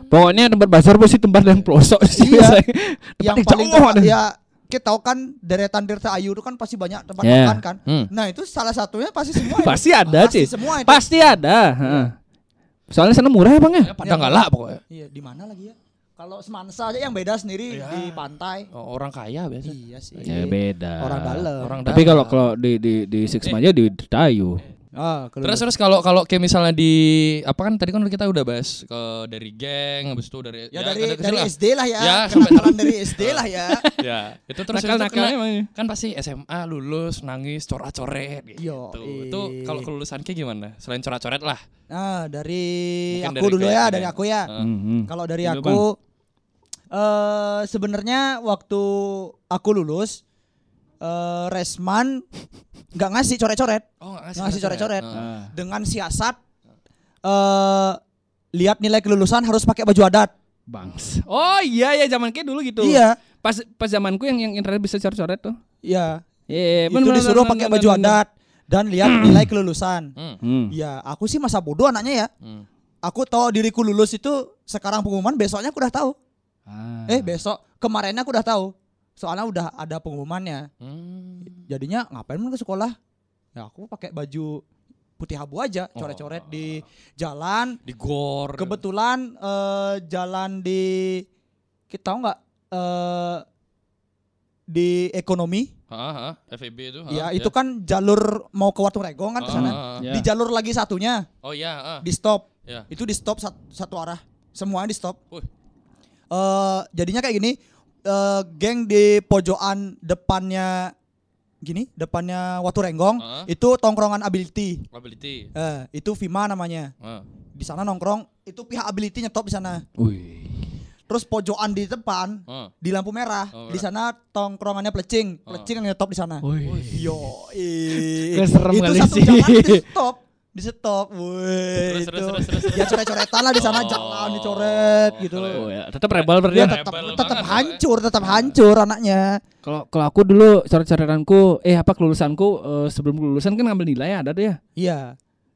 Pokoknya tempat bazar pasti tempat yang pelosok sih.
Iya.
biasanya. Tempat
yang
yang
paling
jauh
terkenal-
ada.
ya kita tahu kan deretan Tirta Ayu itu kan pasti banyak tempat
Yeah.
makan kan.
Hmm.
Nah, itu salah satunya pasti semua. itu.
Iya. Pasti ada
Pasti
sih.
semua itu.
Pasti ada. heeh. Soalnya sana murah ya bang ya.
Ya, Padang galak pokoknya.
Iya, di mana lagi ya? Kalau Semansa aja yang beda sendiri di pantai.
Oh, orang kaya biasa.
Iya sih.
Ya beda.
Orang dalam.
Orang
Tapi
dalam.
kalau kalau di di di Sixma aja di Tayu.
Ah, keluar.
Terus terus kalau kalau kayak misalnya di apa kan tadi kan kita udah bahas ke dari geng habis itu dari
ya, dari
kecil-kecil
dari
lah.
SD lah ya.
Ya, sampai-
Kelompokan dari SD lah
[laughs]
ya.
Ya, itu terus itu
Nakal-nakal
kena-
emang ya.
kan pasti SMA lulus nangis coret-coret gitu.
Yoi.
Itu kalau kelulusan kayak gimana? Selain coret-coret lah.
Nah, dari aku
Mungkin dari
dulu ya,
kalian
dari
ya.
aku ya.
Heeh.
Mhm.
Kalau dari
Dulu,
aku eh sebenarnya waktu aku lulus eh Resman nggak ngasih coret-coret,
Oh, nggak
nggak ngasih coret-coret.
Heeh.
Dengan siasat eh lihat nilai kelulusan harus pakai baju adat.
Bangs. Oh iya ya zaman kayak dulu gitu.
Iya,
Pas pas zamanku yang yang internet bisa coret-coret tuh.
iya.
Iya,
Itu disuruh pakai baju adat dan lihat nilai kelulusan.
Hmm.
Hmm.
Iya, aku sih masa bodoh anaknya ya.
Hmm.
Aku tahu diriku lulus itu sekarang pengumuman, besoknya aku udah tahu.
Ah.
Eh besok kemarinnya aku udah tahu. Soalnya udah ada pengumumannya.
Hmm.
Jadinya ngapain men ke sekolah? Ya aku pakai baju putih abu aja, coret-coret di jalan.
Di gor.
Kebetulan eh, jalan di kita tahu nggak eh, di ekonomi?
Heeh, heeh. FEB E itu. ah, heeh,
ya itu kan jalur mau ke Watu Regong kan ke
Heeh,
sana.
heeh.
Ya.
Di jalur lagi satunya
ah, Oh iya, heeh.
di stop.
Ya.
Itu di stop sat- satu arah. Semuanya di stop.
Wih.
eh jadinya kayak gini eh geng di pojokan depannya gini depannya Watu Renggong
Heeh.
itu tongkrongan ability
Ability.
Eh, itu Vima namanya
Heeh.
di sana nongkrong itu pihak ability nyetop di sana
Wih.
terus pojokan di depan
Heeh.
di lampu merah
Oh,
di sana tongkrongannya pelecing
Heeh.
pelecing yang nyetop di sana
Wih.
yo
Kayak serem
itu
kali
satu
sih.
jalan di stop di stop woi
Terus,
itu
terus, terus, terus, terus.
ya coret-coretan lah di sana
Oh,
jalan dicoret gitu
keren.
Oh ya, tetap rebel berarti ya.
dia
Iya.
tetap
Rebel
tetap
banget, eh.
hancur, tetap hancur anaknya.
Kalau kalau aku dulu coret-coretanku eh apa kelulusanku eh, sebelum kelulusan kan ngambil nilai ada tuh ya.
Iya.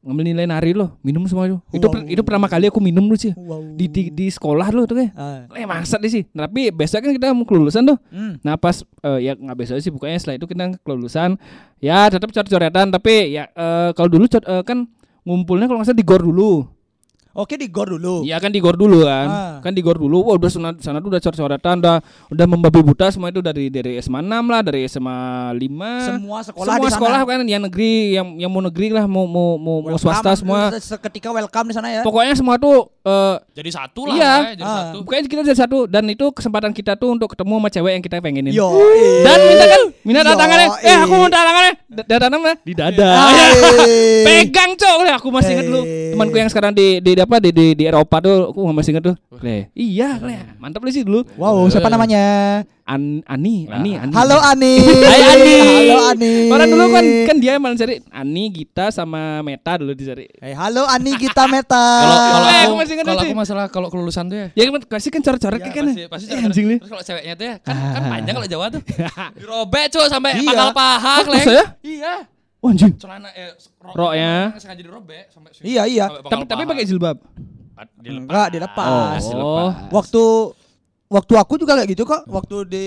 Ngambil nilai nari loh, minum semua itu. Itu per-
Wow.
itu pertama kali aku minum dulu sih.
Wow.
Di, di, di sekolah loh tuh kayak.
Ah.
Eh maksud sih. Tapi besok kan kita mau kelulusan tuh.
Hmm.
Nah pas eh, ya nggak besok sih bukannya setelah itu kita kelulusan ya tetap coret-coretan tapi ya eh, kalau dulu cor- eh, kan ngumpulnya kalau nggak salah di gor dulu.
Oke di gor dulu.
Iya kan di gor dulu kan.
Oh. Ah.
Kan di gor dulu. Wah udah sana, sana tuh udah coret-coretan udah udah membabi buta semua itu dari dari SMA 6 lah, dari SMA 5.
Semua sekolah
semua
di sana.
sekolah kan yang negeri, yang yang mau negeri lah, mau mau mau, mau
Welcome,
swasta semua.
Seketika welcome di sana ya.
Pokoknya semua tuh eh,
Jadi satu lah,
Iya.
Pak, jadi
Ah.
satu.
pokoknya kita jadi satu dan itu kesempatan kita tuh untuk ketemu sama cewek yang kita pengenin.
Yo.
Dan minta kan, minta
Yo,
tangannya. Eh aku
eh.
mau tangannya. Dada tangannya di dada.
Hai.
Pegang cok, Udah, aku masih inget dulu
Eh.
temanku yang sekarang di di apa di di, di Eropa tuh, aku masih inget tuh. Le, iya, le. mantap lu sih dulu.
Wow, siapa namanya?
An Ani, Ani, Ani.
Halo Ani.
Eh. Hai Ani.
Halo Ani.
Orang dulu kan kan dia malah cari Ani, Gita sama Meta dulu dicari.
Eh, halo Ani Gita
[laughs]
Meta.
Kalau kalau
Eh, aku
aku,
masih ingat
kalau
sih.
aku masalah kalau kelulusan tuh ya.
Ya kan pasti kan coret-coret kan.
pasti, pasti
Eh, anjing Ah.
coret-coret.
li.
Terus kalau ceweknya tuh ya kan, kan panjang kalau Jawa
[laughs]
tuh. Dirobek cuy sampai
Iya.
pangkal paha,
Oh,
Kleng.
masa ya?
Iya.
Wah, anjing.
Celana eh rok-
Roknya.
sengaja dirobek sampai sini.
Iya, iya.
Sampai
ya.
pangkal
Tapi tapi
paha.
pakai jilbab.
Ad- dilepas.
Enggak dilepas.
Oh.
Waktu waktu aku juga kayak gitu kok. Waktu di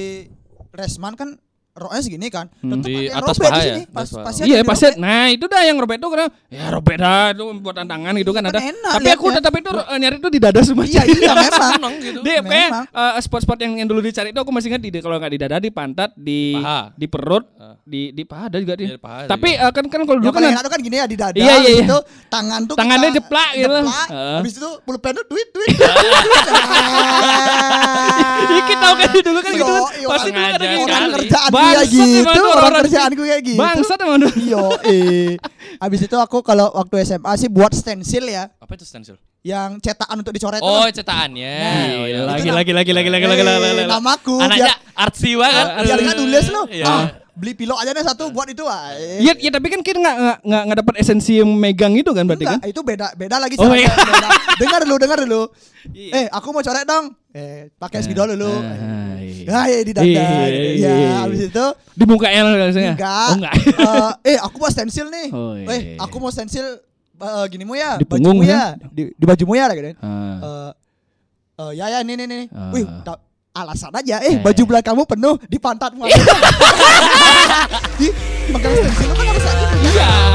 Resman kan roknya segini kan.
Hmm.
Tetep
Di
ada yang
atas
robek
paha
di
ya?
sini. Pas,
Atas paha.
pasti ada
Iya
yang
pasti.
dirobek.
Nah itu dah yang robek itu karena ya robek dah itu buat tantangan gitu kan
Iya,
ada.
kan enak
Tapi aku
liatnya.
tetap itu eh, nyari itu di dada semua.
Iya, iya
[laughs]
memang.
Seneng gitu.
Di kayak
memang.
eh, spot-spot yang, yang dulu dicari itu aku masih ingat di di- kalau nggak di dada di pantat di
Paha.
di perut
Ah.
di di paha ada juga dia.
Iya, di paha ada
Tapi eh, kan kan kalau dulu
Yang
kan
paling enak tuh kan gini ya di dada
Iya, iya,
habis
iya.
itu tangan tuh
Tangannya jeplak gitu.
jeplak,
Heeh.
Habis itu pulpen tuh duit
[laughs]
duit. Ah.
Dikit tau kan dulu kan gitu kan.
Yo, yo,
Pasti dulu kan ada
sengaja
gitu
Orang
kan.
sekali.
kerjaan
Bangsat
kayak gitu,
emang tuh
orang
orang-orang
kerjaan
sih.
gue kayak gitu.
Bangsat emang tuh.
Yo, eh. Habis itu aku kalau waktu SMA sih buat stensil ya,
Apa itu stensil?
yang cetakan untuk dicoret.
Oh,
tuh.
cetakannya.
Nah,
Oh, iya.
Eh, Lagi lagi lagi lagi lagi lagi lagi.
Eh,
lagi.
namaku
Anaknya
biar
artsy
kan?
banget.
biar nggak tulis lo.
Iya.
Ah, beli pilok aja deh satu buat itu. ah. Eh,
Iya, ya tapi kan kita nggak nggak- nggak nggak dapat esensi yang megang itu kan berarti kan?
Enggak, itu beda beda lagi
Oh,
caranya,
iya.
beda. dengar dulu, dengar dulu. Eh, aku mau coret dong. Eh, pakai spidol dulu. Ya, ya di dada.
eh, Iya.
Ya, habis itu
kan? Di muka L biasanya.
enggak.
Oh, enggak.
Eh, eh, aku mau stensil nih.
Oh, iya.
Eh, aku mau stensil eh, ginimu
Di
ya, bajumu
punggung, kan?
ya. Di, di bajumu ya
[laughs]
gitu.
Ah.
Eh, eh, ya ya nih nih nih.
Ah.
Wih, ta- alasan aja eh baju belakangmu penuh di pantatmu. Di megang stensil kan harus kayak gitu. ya?
Iya.